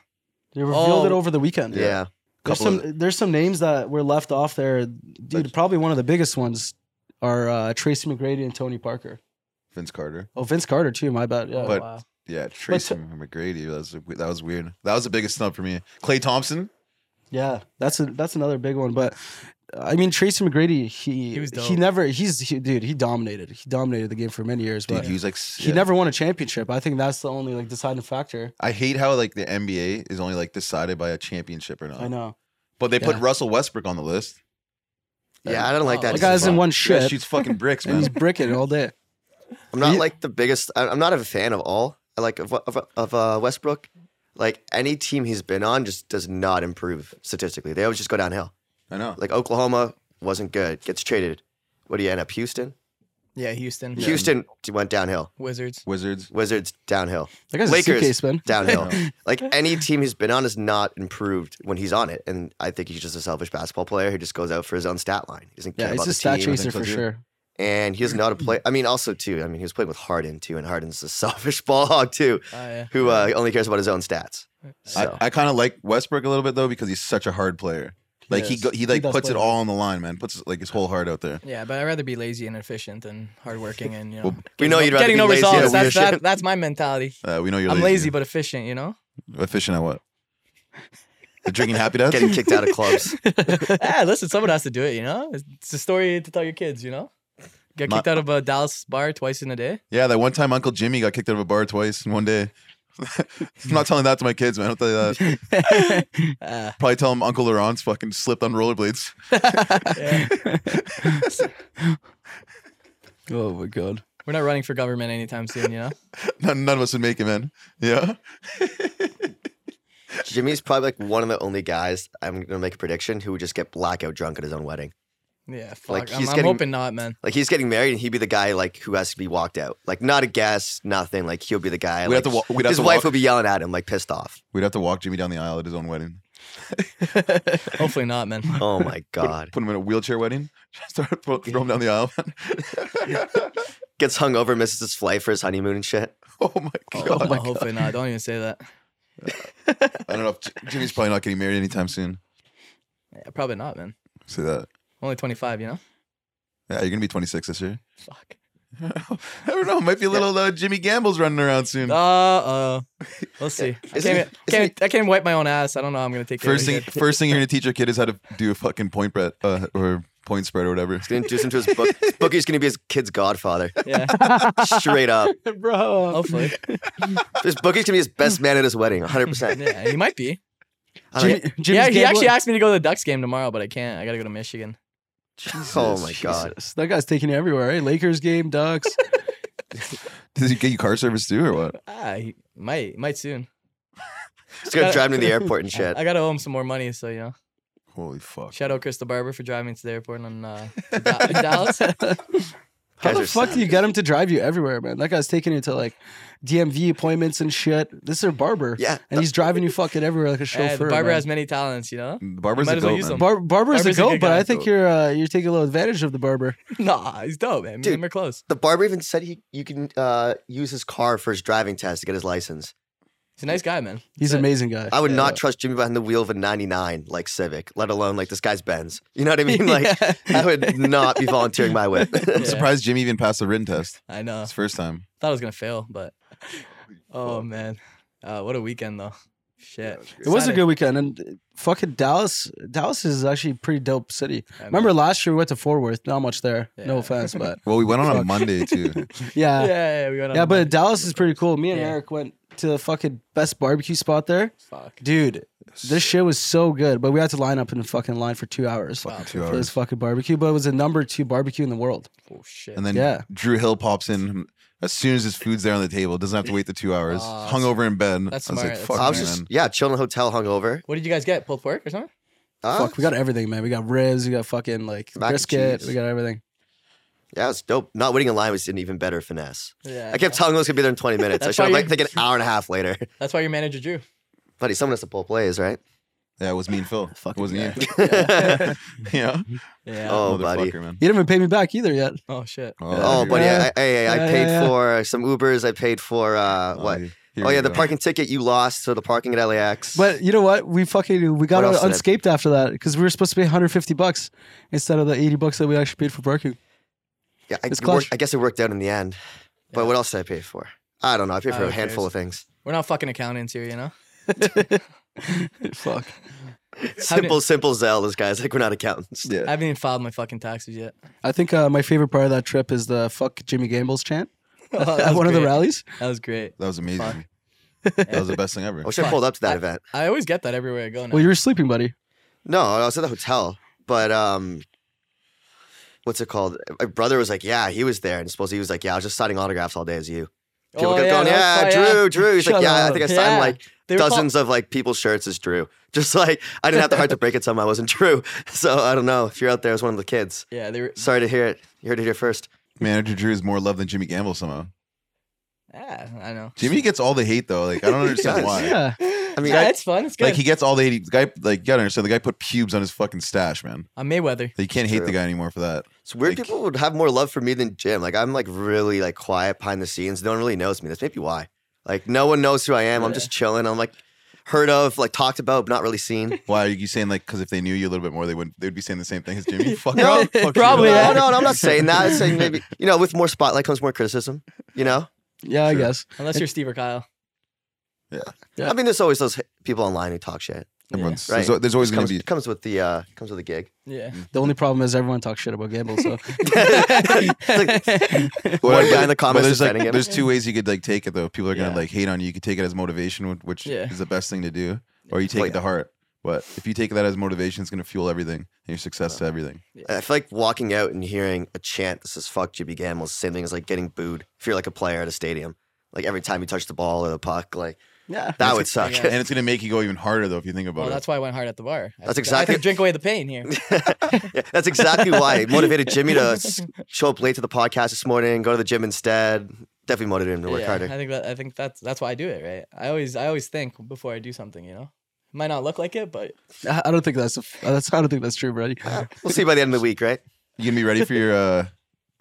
S4: They revealed it
S3: Oh.
S4: over the weekend.
S5: Yeah.
S4: There's
S2: Couple of
S4: some, there's some names that were left off there. Dude, probably one of the biggest ones are uh, Tracy McGrady and Tony Parker.
S2: Vince Carter.
S4: Oh, Vince Carter, too. My bad. Yeah.
S2: But-
S3: wow.
S2: Yeah, Tracy McGrady. That was, that was weird. That was the biggest snub for me. Clay Thompson.
S4: Yeah, that's a that's another big one. But I mean, Tracy McGrady, he
S3: He
S4: he,
S3: was dope.
S4: never he's he, dude. He dominated. He dominated the game for many years,
S2: Dude,
S4: but
S2: he was like, s-
S4: he
S2: yeah.
S4: never won a championship. I think that's the only like deciding factor.
S2: I hate how like the NBA is only like decided by a championship or not.
S4: I know
S2: But they put
S3: Yeah.
S2: Russell Westbrook on the list.
S5: Yeah, I don't like
S3: Oh,
S5: that.
S4: the
S3: That's
S4: guy
S5: too
S4: hasn't
S5: much.
S4: won
S2: Shit.
S4: shit,
S2: shoots fucking bricks,
S4: and
S2: man.
S4: he's bricking all day.
S5: I'm not
S4: You-
S5: like the biggest. I- I'm not a fan of all. I like of of, of uh, Westbrook. Like any team he's been on, just does not improve statistically. They always just go downhill.
S2: I know.
S5: Like Oklahoma wasn't good. Gets traded. What do you end up? Houston.
S3: Yeah, Houston.
S5: Houston went downhill.
S3: Wizards.
S2: Wizards.
S5: Wizards downhill.
S4: That guy's
S5: Lakers.
S4: a suitcase man.
S5: Downhill.
S2: Yeah.
S5: like any team he's been on has not improved when he's on it. And I think he's just a selfish basketball player who just goes out for his own stat line. He doesn't care
S4: Yeah,
S5: about
S4: he's
S5: the
S4: a stat
S5: team.
S4: chaser
S2: think so
S4: for
S2: too.
S4: sure.
S5: And he doesn't know how to play. I mean, also too. I mean, he was playing with Harden too, and Harden's a selfish ball hog too,
S3: Oh, yeah.
S5: who uh, only cares about his own stats. So
S2: I, I kind of like Westbrook a little bit though because he's such a hard player. Like he
S4: is.
S2: go, he
S4: He
S2: like
S4: does
S2: puts
S4: play
S2: it
S4: hard.
S2: all on the line, man. Puts like his whole heart out there.
S3: Yeah, but I'd rather be lazy and efficient than hardworking and you know.
S2: Well,
S5: we
S3: getting
S5: know
S3: no-
S5: you'd rather
S3: getting
S5: be
S3: no
S5: lazy and
S3: results. That's that,
S5: efficient.
S3: that's my mentality.
S2: Uh, we know you're
S3: I'm lazy
S2: lazy,
S3: but efficient, you know?
S2: but efficient at what? Drinking happy dads.
S5: getting kicked out of clubs.
S3: yeah, Ah, listen, someone has to do it, you know? It's, it's a story to tell your kids, you know? Get
S2: My-
S3: kicked out of a Dallas bar twice in a day.
S2: yeah, that one time Uncle Jimmy got kicked out of a bar twice in one day. I'm not telling that to my kids, man. I'll tell you that.
S3: Uh,
S2: Probably tell them Uncle Laurent's fucking slipped on rollerblades.
S3: yeah.
S4: Oh my god.
S3: We're not running for government anytime soon, you know?
S2: None, none of us would make it, man. Yeah.
S5: Jimmy's probably like one of the only guys. I'm gonna make a prediction who would just get blackout drunk at his own wedding.
S3: Yeah, fuck.
S5: Like,
S3: I'm,
S5: he's
S3: I'm
S5: getting-
S3: hoping not, man.
S5: Like he's getting married, and he'd be the guy like who has to be walked out. Like not a guest, nothing. Like he'll be the guy.
S2: We'd
S5: like,
S2: have to wa- we'd have
S5: his
S2: to
S5: wife
S2: walk-
S5: would be yelling at him, like pissed off.
S2: We'd have to walk Jimmy down the aisle at his own wedding.
S3: Hopefully not, man.
S5: Oh my god!
S2: Put him in a wheelchair wedding. Just start throw, throw him down the aisle, man.
S5: Gets hung over, misses his flight for his honeymoon and shit.
S2: Oh my god.
S3: Oh, hopefully not. Don't even say that.
S2: I don't know if J- Jimmy's probably not getting married anytime soon.
S3: Yeah, probably not, man.
S2: Say that.
S3: Only 25, you know?
S2: Yeah, you're gonna be 26 this year.
S3: Fuck.
S2: I don't know. Might be a little uh, Jimmy Gamble's running around soon.
S3: Uh uh. We'll see. I
S5: Isn't it-
S3: can't, I,
S5: isn't
S3: can't, I can't wipe my own ass. I don't know how I'm going to take care
S2: first
S3: of
S2: thing,
S3: it.
S2: first thing you're gonna teach your kid is how to do a fucking point bread uh, or point spread or whatever.
S5: Gonna introduce him to his book. His bookie's gonna be his kid's godfather,
S3: Yeah,
S5: straight up.
S4: Bro.
S3: hopefully.
S5: His bookie's gonna be his best man at his wedding, 100. percent
S3: Yeah, he might be.
S4: Jimmy, Jimmy's
S3: yeah, he
S4: gambling-
S3: actually asked me to go to the Ducks game tomorrow, but I can't. I got to go to Michigan.
S5: Oh my god!
S4: Jesus, That guy's taking it everywhere, right? Lakers game, Ducks.
S2: Does he get you car service too or what?
S3: Ah, he might, might soon.
S5: He's gonna drive him to the airport and shit.
S3: I got to owe him some more money, so you know.
S2: Holy fuck!
S3: Shout out Chris the barber for driving me to the airport and uh, to Da- Dallas.
S4: How
S5: Guys
S4: the
S5: are
S4: fuck do you get him to drive you everywhere, man? That guy's taking you to like DMV appointments and shit. This is their barber.
S5: Yeah.
S4: And he's driving you fucking everywhere like a
S3: Hey,
S4: chauffeur.
S3: Eh, the barber
S4: man.
S3: has many talents, you know.
S2: The barber's
S3: Might
S2: a
S3: as well
S2: goat,
S3: use
S2: man.
S3: them.
S4: Bar- barber's the
S3: Barber's a
S4: goat,
S3: good
S4: but
S3: guy.
S4: I think you're uh, you're taking a little advantage of the barber.
S3: Nah, he's dope, man. Me
S5: Dude.
S3: and him are close.
S5: The barber even said he you can uh, use his car for his driving test to get his license.
S3: He's a nice guy, man.
S4: He's an
S3: That's it.
S4: amazing guy.
S5: I would
S3: Yeah.
S5: not trust Jimmy behind the wheel of a 99 like Civic, let alone like this guy's Benz. You know what I mean? Like
S4: Yeah.
S5: I would not be volunteering my whip.
S2: I'm
S3: Yeah.
S2: surprised Jimmy even passed the written test.
S3: I know.
S2: It's first time.
S3: Thought I was gonna fail, but oh man, uh, what a weekend though. Shit,
S4: It was a good weekend, and uh, fucking Dallas. Dallas is actually a pretty dope city.
S3: I mean-
S4: Remember last year we went to Fort Worth. Not much there. No
S3: Yeah.
S4: offense, but
S2: Well, we went on a
S4: Fuck.
S2: Monday too.
S4: yeah,
S3: Yeah,
S4: yeah.
S3: yeah, we went on a
S4: but
S3: Monday.
S4: Dallas is pretty cool. Me and
S3: Yeah.
S4: Eric went to the fucking best barbecue spot there,
S3: fuck.
S4: dude. This shit was so good, but we had to line up in the fucking line for two hours
S3: Wow.
S2: Two
S4: for this
S2: hours.
S4: fucking barbecue. But it was the number two barbecue in the world.
S3: Oh shit.
S2: And then
S4: Yeah.
S2: Drew Hill pops in as soon as his food's there on the table. Doesn't have to wait the two hours.
S3: Aw, that's-
S2: Hungover in bed.
S3: that's
S2: I was
S3: smart,
S2: like,
S3: that's
S2: fuck,
S5: I
S3: smart.
S5: was just
S2: man.
S5: yeah, chilling in a hotel hungover.
S3: what did you guys get? Pulled pork or something?
S5: Uh,
S4: Fuck, we got everything, man. We got ribs, we got fucking like
S5: Mac and
S4: brisket,
S5: cheese.
S4: we got everything.
S5: Yeah, it's dope. Not waiting in line was an even better finesse.
S3: Yeah.
S5: I kept telling him I was gonna be there in 20 minutes. I
S3: That's
S5: showed up
S3: why
S5: like,
S3: you-
S5: like an hour and a half later.
S3: That's why your manager drew.
S5: Buddy, someone has to pull plays, right?
S2: Yeah, it was me and Phil. Fuck, it wasn't you.
S5: oh,
S2: yeah.
S3: Yeah.
S5: Oh, buddy.
S2: Motherfucker, man.
S4: You didn't even pay me back either yet.
S3: shit.
S2: Oh,
S5: buddy,
S2: here
S5: I, I, I, I
S4: Yeah,
S5: paid
S4: yeah, yeah.
S5: for some Ubers. I paid for uh,
S2: we go.
S5: what?
S2: Here
S5: Oh
S2: we
S5: yeah, the
S2: go.
S5: parking ticket you lost to the parking at LAX.
S4: But you know what? We fucking we got
S5: What
S4: out
S5: else did I-
S4: unscathed after that because we were supposed to pay 150 bucks instead of the 80 bucks that we actually paid for parking.
S5: yeah, I,
S4: it's
S5: it worked-
S4: clutch.
S5: I guess it worked out in the end. But what else did I pay for? I don't know. I paid
S3: Ah,
S4: Uh,
S5: for a
S3: who
S5: handful of things.
S3: We're not fucking accountants here, you know.
S4: Fuck.
S5: Simple, simple Zell. This guy's like, we're not accountants.
S3: I
S2: Yeah.
S3: haven't even filed my fucking taxes yet.
S4: I think uh, my favorite part of that trip is the "fuck Jimmy Gamble's" chant
S3: Oh, that
S4: at
S3: was
S4: one of the
S3: great.
S4: rallies.
S3: That was great.
S2: That was amazing. That was the best thing ever.
S5: I wish I pulled up to that
S3: I-
S5: event.
S3: I always get that everywhere I go now.
S4: Well, you were sleeping, buddy.
S5: No, I was at the hotel, but um, what's it called? My brother was like, yeah, he was there, and supposedly he was like, yeah, I was just signing autographs all day as you. People
S3: Oh,
S5: kept going,
S3: that
S5: yeah,
S3: was
S5: Drew,
S3: fun,
S5: Drew. He's
S4: Shut
S5: like, yeah, I
S4: up.
S5: think I signed
S3: Yeah.
S5: like
S3: They were call-
S5: dozens of like people's shirts as Drew. Just like I didn't have the heart to break it to him, I wasn't Drew. So I don't know if you're out there as one of the kids.
S3: Yeah, they were.
S5: Sorry to hear it. You heard it here first.
S2: Manager Drew is more loved than Jimmy Gamble somehow.
S3: Yeah, I know.
S2: Jimmy gets all the hate though. Like I don't understand
S5: does.
S2: why.
S5: I
S4: Yeah,
S5: mean,
S3: yeah,
S5: I-
S3: it's fun. It's good.
S2: Like he gets all the hate. The guy, like you gotta understand, the guy put pubes on his fucking stash, man.
S3: I'm Uh, Mayweather.
S2: Like, you can't hate
S5: True.
S2: the guy anymore for that.
S5: it's weird.
S2: like-
S5: people would have more love for me than Jim. Like I'm like really like quiet behind the scenes. No one really knows me. That's maybe why. Like no one knows who I am. I'm just chilling. I'm like heard of, like talked about, but not really seen.
S2: Why are you saying like? Because if they knew you a little bit more, they would they would be saying the same thing as Jimmy. Fuck
S5: No,
S2: fuck you.
S3: probably,
S5: no,
S3: yeah.
S5: no, no, I'm not saying that. I'm saying maybe you know, with more spotlight comes more criticism. You know,
S4: yeah, I
S2: Sure.
S4: guess.
S3: Unless you're Steve or Kyle.
S4: Yeah.
S5: I mean, there's always those h- people online who talk shit.
S2: Everyone's,
S5: Right.
S2: there's, there's always
S5: It
S2: gonna
S5: comes,
S2: be.
S5: comes with the uh, comes with the gig.
S3: Yeah.
S4: The only problem is everyone talks shit about Gamble. So
S5: It's like, One guy in the
S2: But
S5: comments
S2: there's like
S5: defending him.
S2: there's two ways you could like take it though. People are gonna
S3: Yeah.
S2: like hate on you. You could take it as motivation, wh- which
S3: Yeah.
S2: is the best thing to do, or you take
S5: Well,
S2: it to
S5: yeah.
S2: heart. But if you take that as motivation, it's gonna fuel everything and your success to everything.
S5: I feel like walking out and hearing a chant, this is fuck Jimmy Gamble, is the same thing as like getting booed if you're like a player at a stadium. Like every time you touch the ball or the puck, like
S4: yeah,
S5: that would suck.
S3: Yeah.
S2: And it's gonna make you go even harder though if you think about
S3: Well,
S2: it.
S3: that's why I went hard at the bar. I
S5: That's
S3: could- I
S5: exactly-
S3: could drink away the pain here.
S5: Yeah, that's exactly why it motivated Jimmy to s- show up late to the podcast this morning, go to the gym instead. Definitely motivated him to work
S3: yeah, I
S5: harder.
S3: think that I think that's that's why I do it, right? I always I always think before I do something, you know. It might not look like it, but
S4: I I don't think that's a, that's I don't think that's true, buddy.
S5: We'll see by the end of the week, right?
S2: You gonna be ready for your uh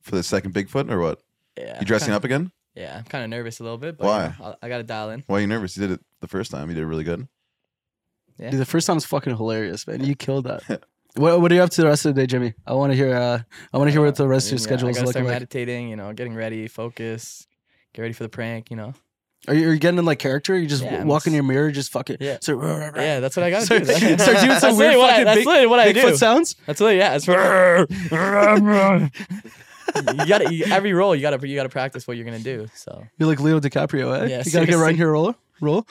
S2: for the second Bigfoot or what?
S3: yeah.
S2: You dressing up again?
S3: Yeah, I'm kind of nervous a little bit, but
S2: Why?
S3: you know, I'll- I got to dial in.
S2: Why are you nervous? You did it the first time. You did really good.
S4: Dude, the first time was fucking hilarious, man. You killed that. What, what are you up to the rest of the day, Jimmy? I want to hear. Uh, I want to hear what the rest of your
S3: Yeah,
S4: schedule
S3: I
S4: is
S3: gotta
S4: looking
S3: start
S4: like.
S3: meditating, you know, getting ready, focus, get ready for the prank, you know.
S4: Are you, are you getting in like character? You just
S3: Yeah,
S4: w-
S3: I'm
S4: walk in
S3: s-
S4: your mirror, just fucking
S3: Yeah.
S4: So,
S3: Yeah, that's what I gotta
S4: Start,
S3: do. That's,
S4: start doing
S3: that's
S4: some weird
S3: literally what I,
S4: fucking
S3: that's
S4: big,
S3: literally what I do.
S4: Bigfoot sounds.
S3: That's literally yeah. It's you gotta you, every roll you gotta you gotta practice what you're gonna do. So
S4: You're like Leo DiCaprio, eh?
S3: Yeah,
S4: you gotta get right
S3: seriously.
S4: here, roll, roll.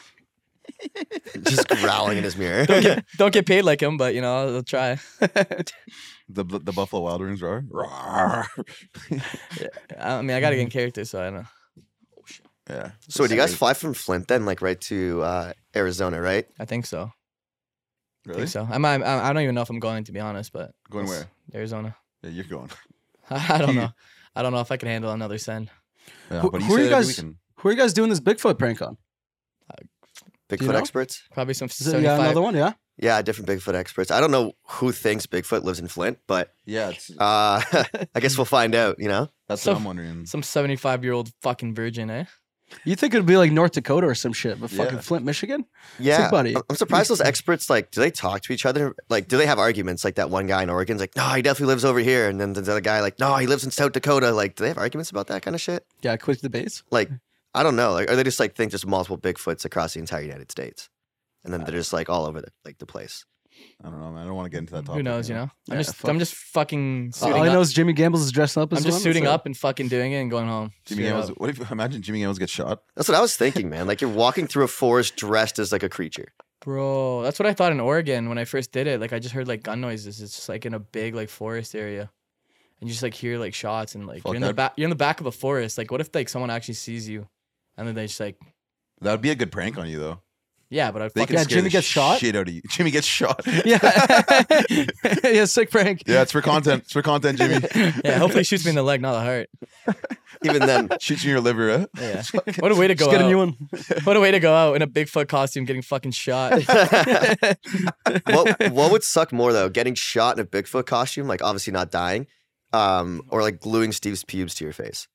S5: Just growling in his mirror.
S3: don't get paid like him, but you know I'll, I'll try.
S2: The the Buffalo Wild Wings roar. Roar.
S3: I mean I gotta get in character, so I don't. know.
S2: Yeah.
S5: So, do you guys fly from Flint then, like right to uh, Arizona, right?
S3: I think so. I
S2: really
S3: think so. I might. I I don't even know if I'm going to be honest, but
S2: going
S3: let's-
S2: where?
S3: Arizona.
S2: Yeah, you're going.
S3: I don't
S2: You-
S3: know. I don't know if I can handle another send.
S2: Yeah,
S4: Who-
S2: but
S4: who are
S2: say
S4: you
S2: that every
S4: guys-
S2: weekend.
S4: Who are you guys doing this Bigfoot prank on?
S5: Bigfoot
S4: know?
S5: experts?
S3: Probably some
S4: Is it, yeah,
S3: 75
S4: another one, yeah.
S5: Yeah, different Bigfoot experts. I don't know who thinks Bigfoot lives in Flint, but
S2: Yeah, it's,
S5: uh, I guess we'll find out, you know?
S2: that's
S3: so-
S2: what I'm wondering.
S3: Some 75 year old fucking virgin, eh?
S4: You think it'd be like North Dakota or some shit, but fucking
S2: Yeah.
S4: Flint, Michigan.
S5: Yeah,
S4: Sick buddy.
S5: I'm- I'm surprised those experts like do they talk to each other? Like, do they have arguments? Like that one guy in Oregon's like, no, he definitely lives over here, and then the other guy like, no, he lives in South Dakota. Like, do they have arguments about that kind of shit?
S4: Yeah, quick debates.
S5: Like, I don't know. Like, or they just like think there's multiple Bigfoots across the entire United States, and then they're just like all over the, like the place.
S2: I don't know, man. I don't want to get into that topic.
S3: Who knows? You know. I'm
S4: Yeah,
S3: just
S4: fuck.
S3: I'm just fucking
S4: All
S3: suiting
S4: I
S3: up.
S4: know is Jimmy Gambles is dressing up as
S3: I'm
S4: one,
S3: just suiting
S4: so-
S3: up and fucking doing it and going home.
S2: Jimmy
S3: Straight
S2: Gamble's.
S3: up.
S2: What if imagine Jimmy Gamble's gets shot?
S5: That's what I was thinking, man. Like you're walking through a forest dressed as like a creature.
S3: Bro, that's what I thought in Oregon when I first did it. Like I just heard like gun noises. It's just like in a big like forest area. And you just like hear like shots and like
S2: Fuck,
S3: you're in the
S2: that'd-
S3: back you're in the back of a forest. Like what if like someone actually sees you and then they just like
S2: That would be a good prank on you though.
S3: yeah, but I
S2: They
S3: fucking
S2: can
S4: Yeah,
S2: scare
S4: Jimmy
S2: the
S4: gets shot?
S2: Shit out of you. Jimmy gets shot.
S4: Yeah, yeah, sick prank.
S2: yeah, it's for content. It's for content, Jimmy.
S3: Yeah, hopefully he shoots me in the leg, not the heart.
S5: Even then,
S2: Shoots you in your liver, eh?
S3: Yeah. What a way to go
S4: Just get
S3: out.
S4: a new one.
S3: What a way to go out in a Bigfoot costume getting fucking shot.
S5: what what would suck more though? Getting shot in a Bigfoot costume, like obviously not dying, um, or like gluing Steve's pubes to your face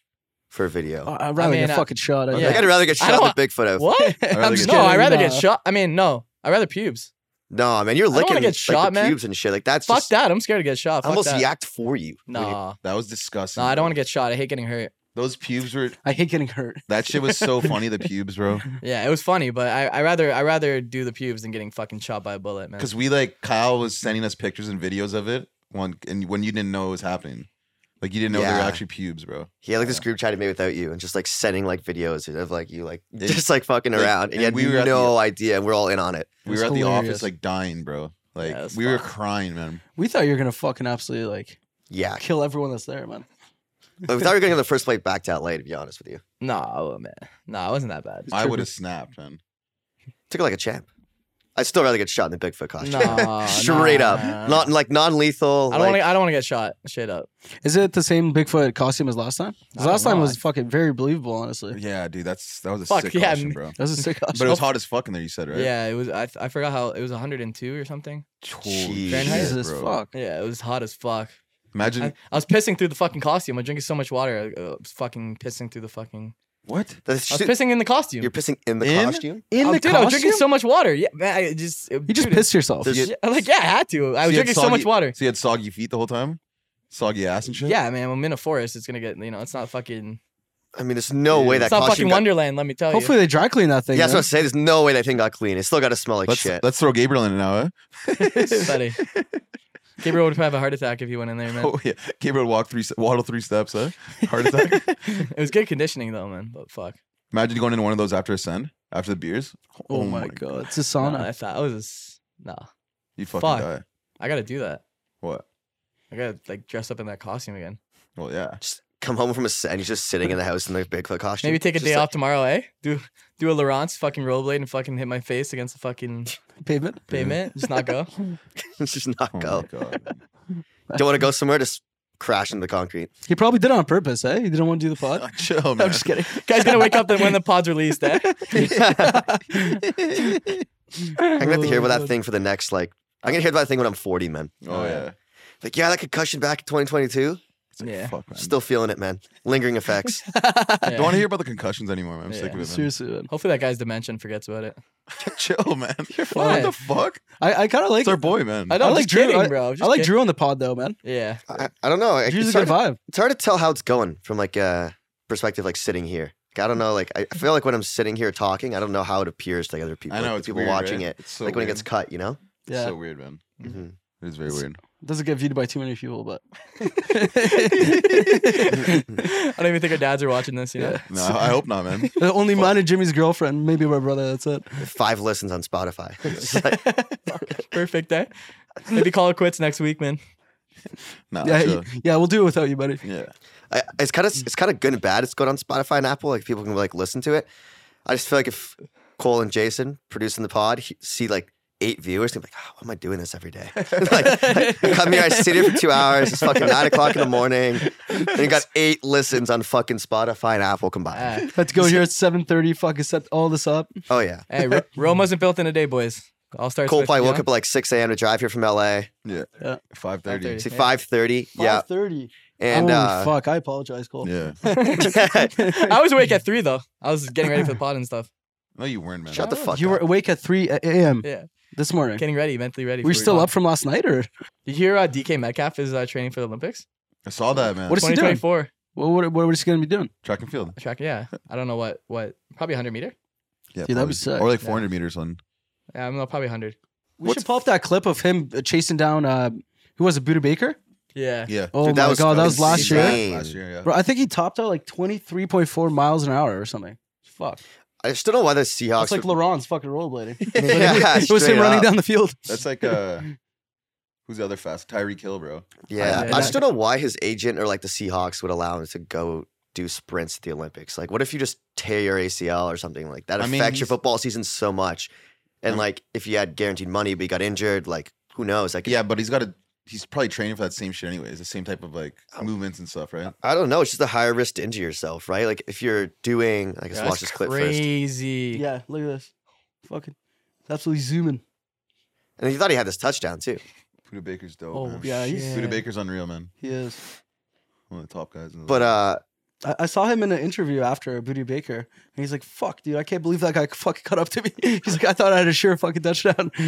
S5: for a video.
S4: Uh, I'd rather
S3: mean,
S4: get
S3: I-
S4: fucking shot. I
S3: Oh, Yeah.
S5: Like, I'd rather get
S3: I
S5: shot
S3: don't-
S5: than Bigfoot. Out.
S3: what?
S2: rather
S4: I'm just
S2: get-
S3: No, I'd
S4: kidding,
S3: rather get
S4: nah.
S3: shot. I mean, no. I'd rather pubes.
S5: No, man, you're
S3: don't wanna
S5: licking
S3: get
S5: like,
S3: shot,
S5: the
S3: man.
S5: pubes and shit. Like that's
S3: Fuck
S5: just,
S3: that. I'm scared to get shot.
S5: I
S3: Fuck
S5: almost
S3: that.
S5: yacked for you. when you-
S3: Nah.
S2: That was disgusting.
S3: Nah, I don't want to
S2: bro.
S3: get shot. I hate getting hurt.
S2: Those pubes were.
S4: I hate getting hurt.
S2: That shit was so funny. The pubes, bro.
S3: Yeah, it was funny, but I I rather I rather do the pubes than getting fucking shot by a bullet, man.
S2: Because we like Kyle was sending us pictures and videos of it one and when you didn't know it was happening, like you didn't know they were
S5: Yeah.
S2: actually pubes, bro.
S5: He had like this group chat he made without you, and just like sending like videos of like you like just like fucking
S2: like,
S5: around, and,
S2: and
S5: you had
S2: we were at the-
S5: no idea, and we're all in on it.
S2: We
S4: was
S2: were at the office
S4: hilarious.
S2: like dying, bro. Like
S3: Yeah, that's
S2: we were
S3: fucked.
S2: crying, man.
S4: We thought you were gonna fucking absolutely like
S5: Yeah,
S4: kill everyone that's there, man.
S5: Like, we thought we were gonna get the first plate back to LA. To be honest with you,
S3: Nah, oh, man. Nah, it wasn't that bad.
S2: I would have snapped, man.
S5: took it like a champ. I'd still rather get shot in the Bigfoot costume.
S3: Nah,
S5: Straight
S3: nah,
S5: up,
S3: nah, nah.
S5: not like non-lethal.
S3: I don't want
S5: like,
S3: to. I don't want to get shot. Straight up.
S4: Is it the same Bigfoot costume as last time? 'Cause
S3: I don't
S4: Last time
S3: know.
S4: was fucking very believable, honestly.
S2: Yeah, dude, that's that was a
S3: Fuck,
S2: sick
S3: yeah,
S2: caution,
S3: me-
S2: bro.
S4: That was a sick
S2: But it
S4: costume.
S2: was hot as fuck in there. You said right?
S3: Oh. Yeah, it was. I I forgot how it was 102 or something.
S2: Holy
S5: Jeez.
S2: shit,
S4: Jesus
S2: bro.
S4: fuck.
S3: Yeah, it was hot as fuck.
S2: Imagine
S3: I, I was pissing through the fucking costume. I'm drinking so much water. I uh, was fucking pissing through the fucking.
S2: what?
S5: the
S3: I was
S5: shit-
S3: pissing in the costume.
S5: You're pissing in the
S2: In?
S5: costume.
S4: In
S3: Oh,
S4: the
S3: dude, I was drinking so much water. Yeah, man. I just. it-
S4: you just
S3: dude, it-
S4: pissed yourself.
S5: There's-
S3: Yeah, like yeah, I had to. I was
S2: you had
S3: drinking so much
S2: soggy-
S3: water.
S2: So you had soggy feet the whole time, soggy ass and shit.
S3: Yeah, man. I'm in a forest. It's gonna get. You know, it's not fucking.
S5: I mean, there's no way
S2: It's
S5: that
S3: It's not
S5: costume
S3: fucking
S5: got-
S3: Wonderland. Let me tell you.
S4: Hopefully they dry clean that thing.
S5: Yeah, that's what I'm
S4: man.
S5: saying. There's no way that thing got clean. It still got to smell like
S2: Let's
S5: shit.
S2: let's throw Gabriel in now, eh?
S3: Buddy. Gabriel would have a heart attack if he went in there, man.
S2: Oh yeah, Gabriel walked three, se- waddle three steps, huh? Heart attack.
S3: It was good conditioning though, man. But fuck.
S2: Imagine going into one of those after a send, after the beers.
S4: Oh, my god, it's a
S3: Nah,
S4: sauna.
S3: I thought I was just, nah.
S2: you fucking
S3: Fuck.
S2: die.
S3: I gotta do that.
S2: What?
S3: I gotta like dress up in that costume again.
S2: Well, yeah.
S5: Just come home from a set and he's just sitting in the house in the Bigfoot costume.
S3: Maybe take a
S5: Just
S3: day
S5: like-
S3: off tomorrow, eh? Do do a Laurence fucking rollerblade and fucking hit my face against the fucking
S4: Pavement.
S3: pavement. Just not go.
S5: just not go.
S2: Oh my god.
S5: Don't want to go somewhere. Just crash into the concrete.
S4: He probably did it on purpose, eh? He didn't want to do the pod.
S2: Chill, man.
S4: I'm just kidding.
S3: Guys gonna wake up then when the pod's released, eh?
S5: I'm gonna have to hear about
S4: Oh,
S5: that thing for the next like. I'm gonna hear about that thing when I'm 40, man.
S3: Uh,
S2: Oh yeah.
S5: Like, yeah, that concussion back in 2022.
S2: It's like,
S3: Yeah.
S2: Fuck, man.
S5: Still feeling it, man. Lingering effects.
S3: Yeah.
S2: Don't want to hear about the concussions anymore, man. I'm sick
S3: Yeah.
S2: of it. Man.
S4: Seriously, man.
S3: Hopefully that guy's dementia and forgets about it.
S2: Chill, man. You're What
S3: fine.
S2: the fuck?
S4: I, I kind of like.
S2: It's our boy, man.
S3: I
S4: I
S3: don't
S4: like
S3: like
S4: Drew.
S3: kidding,
S4: I,
S3: bro. I'm
S4: I
S3: just
S4: like
S3: kid-
S4: Drew on the pod though, man.
S3: Yeah.
S5: I, I don't know. Like,
S4: Drew's
S5: It's
S4: a good
S5: hard,
S4: vibe.
S5: it's hard to tell how it's going from like a perspective, like sitting here. Like, I don't know. Like, I I feel like when I'm sitting here talking, I don't know how it appears to like, other people.
S2: I know
S5: like,
S2: it's
S5: people
S2: weird,
S5: watching
S2: right?
S5: it.
S2: It's so
S5: like when it
S2: weird. Mm-hmm.
S5: gets cut, you know.
S2: It's
S4: Yeah,
S2: so weird, man.
S5: hmm
S2: It is very weird.
S4: doesn't get viewed by too many people, but
S3: I don't even think our dads are watching this, you know?
S4: Yeah.
S2: No, I I hope not, man.
S4: only mine and Jimmy's girlfriend, maybe my brother. That's it.
S5: Five listens on Spotify. It's like,
S3: Perfect day. Maybe call it quits next week, man.
S2: Nah,
S4: yeah,
S2: chill.
S4: y- yeah, we'll do it without you, buddy.
S2: yeah.
S5: I, it's kind of it's kind of good and bad. It's good on Spotify and Apple. Like people can like listen to it. I just feel like if Cole and Jason producing the pod he- see like eight viewers, they're like, oh, "Why am I doing this every day?" like, I come here, I sit here for two hours. It's fucking nine o'clock in the morning, and you got eight listens on fucking Spotify and Apple combined.
S3: Ah.
S4: Had to go here at seven thirty. Fucking set all this up.
S5: Oh yeah,
S3: Hey, Ro- Rome wasn't built in a day, boys. I'll start.
S5: Cole probably woke up at like six a.m. to drive here from LA.
S2: Yeah.
S4: Yeah.
S2: Five thirty.
S5: See
S3: Yeah.
S5: five thirty. Yeah,
S4: thirty.
S5: And
S4: Holy
S5: uh,
S4: fuck, I apologize, Cole.
S2: Yeah.
S3: I was awake at three though. I was getting ready for the pod and stuff.
S2: No, you weren't, man.
S5: Shut the fuck
S4: you were
S5: up.
S4: awake at 3 a.m.
S3: Yeah,
S4: this morning.
S3: getting ready, mentally ready.
S4: Were you
S3: for
S4: still
S3: pod.
S4: up from last night, or
S3: Did you hear uh, DK Metcalf is uh, training for the Olympics?
S2: I saw that, man.
S4: What is he doing?
S3: 2024
S4: what? What, what was he gonna be doing?
S2: track and field?
S3: track. Yeah, I don't know what what probably 100 meter.
S2: Yeah,
S4: Dude, that'd be
S2: probably.
S4: sick.
S2: Or like 400 meters on.
S3: Yeah, I'm not probably 100.
S4: We
S5: What's-
S4: should pull up that clip of him chasing down uh, who was it, Buda Baker?
S3: Yeah.
S2: Yeah.
S4: Oh
S5: Dude,
S4: my god, that was
S5: fucking
S4: last year.
S5: insane.
S2: Last year, yeah.
S4: Bro, I think he topped out like twenty three point four miles an hour or something. Fuck,
S5: I still don't know why the
S4: that's
S5: Seahawks.
S4: like
S5: were-
S4: LaRon's fucking rollerblading.
S5: Yeah,
S4: it was
S5: straight
S4: him running
S5: up.
S4: down the field.
S2: That's like uh who's the other fast? Tyree Kill, bro.
S5: Yeah,
S3: Yeah.
S5: I just don't know why his agent or like the Seahawks would allow him to go do sprints at the Olympics. Like, what if you just tear your ACL or something like that?
S2: I
S5: Affects
S2: mean,
S5: your
S2: he's-
S5: football season so much. And
S2: I'm-
S5: like, if you had guaranteed money but you got injured, like, who knows? Like,
S2: Yeah, but he's got a he's probably training for that same shit anyways, the same type of like
S4: Oh.
S2: movements and stuff, right?
S5: I don't know. It's just a higher risk to injure yourself, right? Like, if you're doing, I guess,
S3: Yeah,
S5: watch
S3: that's
S5: this clip first.
S3: crazy.
S4: Yeah, look at this. Fucking, it's absolutely zooming.
S5: And he thought he had this touchdown too.
S2: Buda Baker's dope.
S3: Oh,
S2: man.
S4: Yeah, he's-
S2: Buda Baker's unreal, man.
S4: He is.
S2: One of the top guys. In the
S5: But uh,
S4: I, I saw him in an interview after Booty Baker, and he's like, "Fuck, dude, I can't believe that guy fucking cut up to me." He's like, "I thought I had a sure fucking touchdown."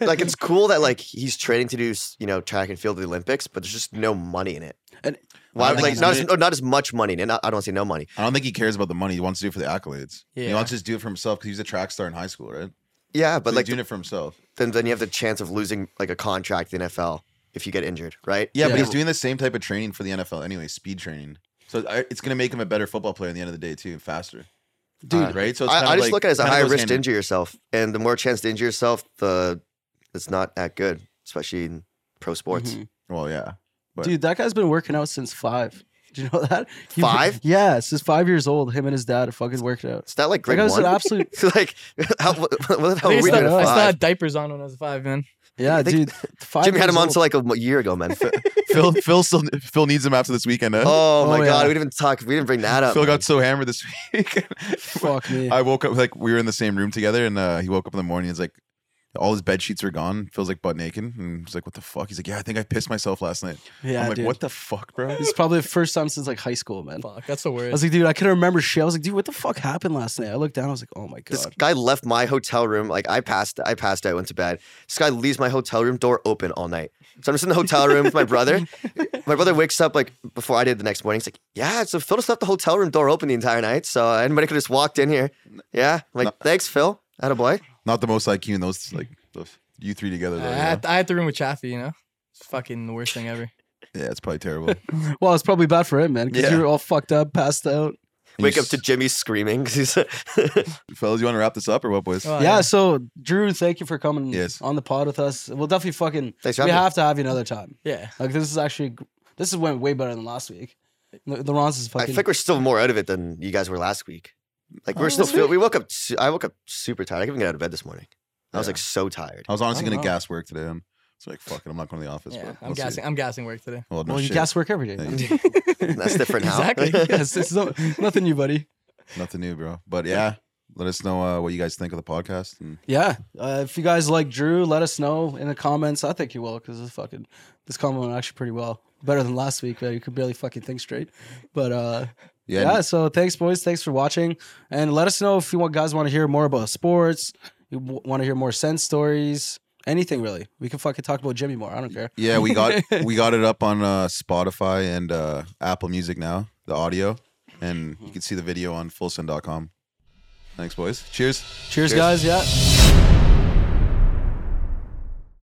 S5: like, it's cool that like he's training to do, you know, track and field at the Olympics, but there's just no money in it.
S4: And-
S5: Why,
S2: I think
S5: like,
S2: he's
S5: not
S2: doing
S5: as, not as much money. in it. Not- I don't see no money.
S2: I don't think he cares about the money. He wants to do it for the accolades. He
S3: Yeah.
S2: wants to just do it for himself because he's a track star in high school, right?
S5: Yeah, but
S2: But
S5: like,
S2: like doing it for himself.
S5: then then you have the chance of losing like a contract in the NFL if you get injured, right?
S2: Yeah,
S4: Yeah.
S2: but he's doing the same type of training for the NFL anyway, speed training. So I, it's gonna make him a better football player at the end of the day too, and faster,
S4: Dude,
S2: right? So it's
S5: I,
S2: kinda
S5: I just
S2: like-
S5: look at it as a
S2: kinda
S5: higher
S2: goes
S5: risk
S2: hand
S5: to
S2: in-
S5: injure yourself, and the more chance to injure yourself, the it's not that good, especially in pro sports.
S2: Mm-hmm.
S4: Mhm.
S2: Well, yeah, but-
S4: Dude, that guy's been working out since five. Do you know that? He-
S5: Five?
S4: Yeah, since five years old, him and his dad fucking worked out.
S5: Is that like
S4: That
S5: grade
S4: guy's
S5: one?
S4: an absolute
S5: like how, what the
S3: I,
S5: hell
S3: think
S5: were
S3: I
S5: Oh, we
S3: still,
S5: doing? at
S3: I still
S5: Five?
S3: had diapers on when I was five, man.
S4: yeah,
S5: think-
S4: dude. Five
S5: Jimmy had
S4: years
S5: him on
S4: old.
S5: till like a m- year ago, man.
S2: Phil, Phil still Phil needs him after this weekend. Huh?
S5: oh my god,
S4: Oh, yeah.
S5: we didn't even talk. We didn't bring that up.
S2: Phil
S5: man.
S2: got so hammered this week.
S4: Fuck me.
S2: I woke up like we were in the same room together, and uh, he woke up in the morning. He's like, all his bed sheets are gone. Phil's like butt naked, and he's like, "What the fuck?" He's like, "Yeah, I think I pissed myself last night."
S4: yeah,
S2: I'm like,
S4: dude.
S2: "What the fuck, bro?"
S4: It's probably the first time since like high school, man.
S3: Fuck, that's the
S4: I
S3: word.
S4: was like, dude, I couldn't remember shit. I was like, dude, what the fuck happened last night? I looked down, I was like, oh my god.
S5: This guy left my hotel room. Like I passed, I passed out, went to bed. This guy leaves my hotel room door open all night. So I'm just in the hotel room with my brother. My brother wakes up like before I did the next morning. He's like, "Yeah, so Phil just left the hotel room door open the entire night, so anybody could just walked in here." Yeah, I'm like thanks, Phil. Atta boy.
S2: Not the most IQ in those like those, you three together. Though,
S3: I,
S2: you
S5: Ah,
S3: had, I had the room with Chaffee, you know? It's fucking the worst thing ever.
S2: know? Yeah, it's probably terrible.
S4: well, it's probably bad for him, man, because
S2: Yeah.
S4: you were all fucked up, passed out.
S5: Wake
S2: You
S5: up to
S2: s-
S5: Jimmy screaming 'cause he's.
S2: fellas. You want to wrap this up or what, boys?
S3: Oh,
S4: yeah, so Drew, thank you for coming
S2: Yes.
S4: on the pod with us. We'll definitely fucking
S5: Thanks for
S4: we
S5: having me.
S4: have to have you another time.
S3: Yeah.
S4: Like this is actually this is went way better than last week. The, the Rons is
S5: I
S4: fucking
S5: think we're still more out of it than you guys were last week. Like we're
S4: Oh,
S5: still
S4: this
S5: feel, we woke up. su- I woke up super tired. I couldn't even get out of bed this morning. I was
S2: Yeah.
S5: like so tired.
S2: I was honestly
S4: I
S2: gonna
S4: don't know.
S2: gas work today. and It's like fuck it. I'm not going to the office.
S3: Yeah,
S2: but
S3: I'm
S2: we'll see.
S3: gassing. I'm gassing work today.
S2: Well, no
S4: well, you
S2: shit.
S4: gas work every day. man.
S2: Thanks.
S5: That's different now.
S3: Exactly.
S4: yes, it's no, nothing new, buddy.
S2: Nothing new, bro. But yeah, let us know uh, what you guys think of the podcast. And
S4: Yeah. Uh, if you guys like Drew, let us know in the comments. I think you will because this fucking this comment went actually pretty well. Better than last week, but you could barely fucking think straight. But uh
S2: yeah,
S4: yeah, so thanks boys, thanks for watching. And let us know if you want guys want to hear more about sports, you w- want to hear more sense stories, anything really. We can fucking talk about Jimmy more. I don't care.
S2: Yeah, we got we got it up on uh, Spotify and uh, Apple Music now, the audio, and you can see the video on fullsend.com. Thanks, boys. Cheers.
S4: Cheers. guys. Yeah.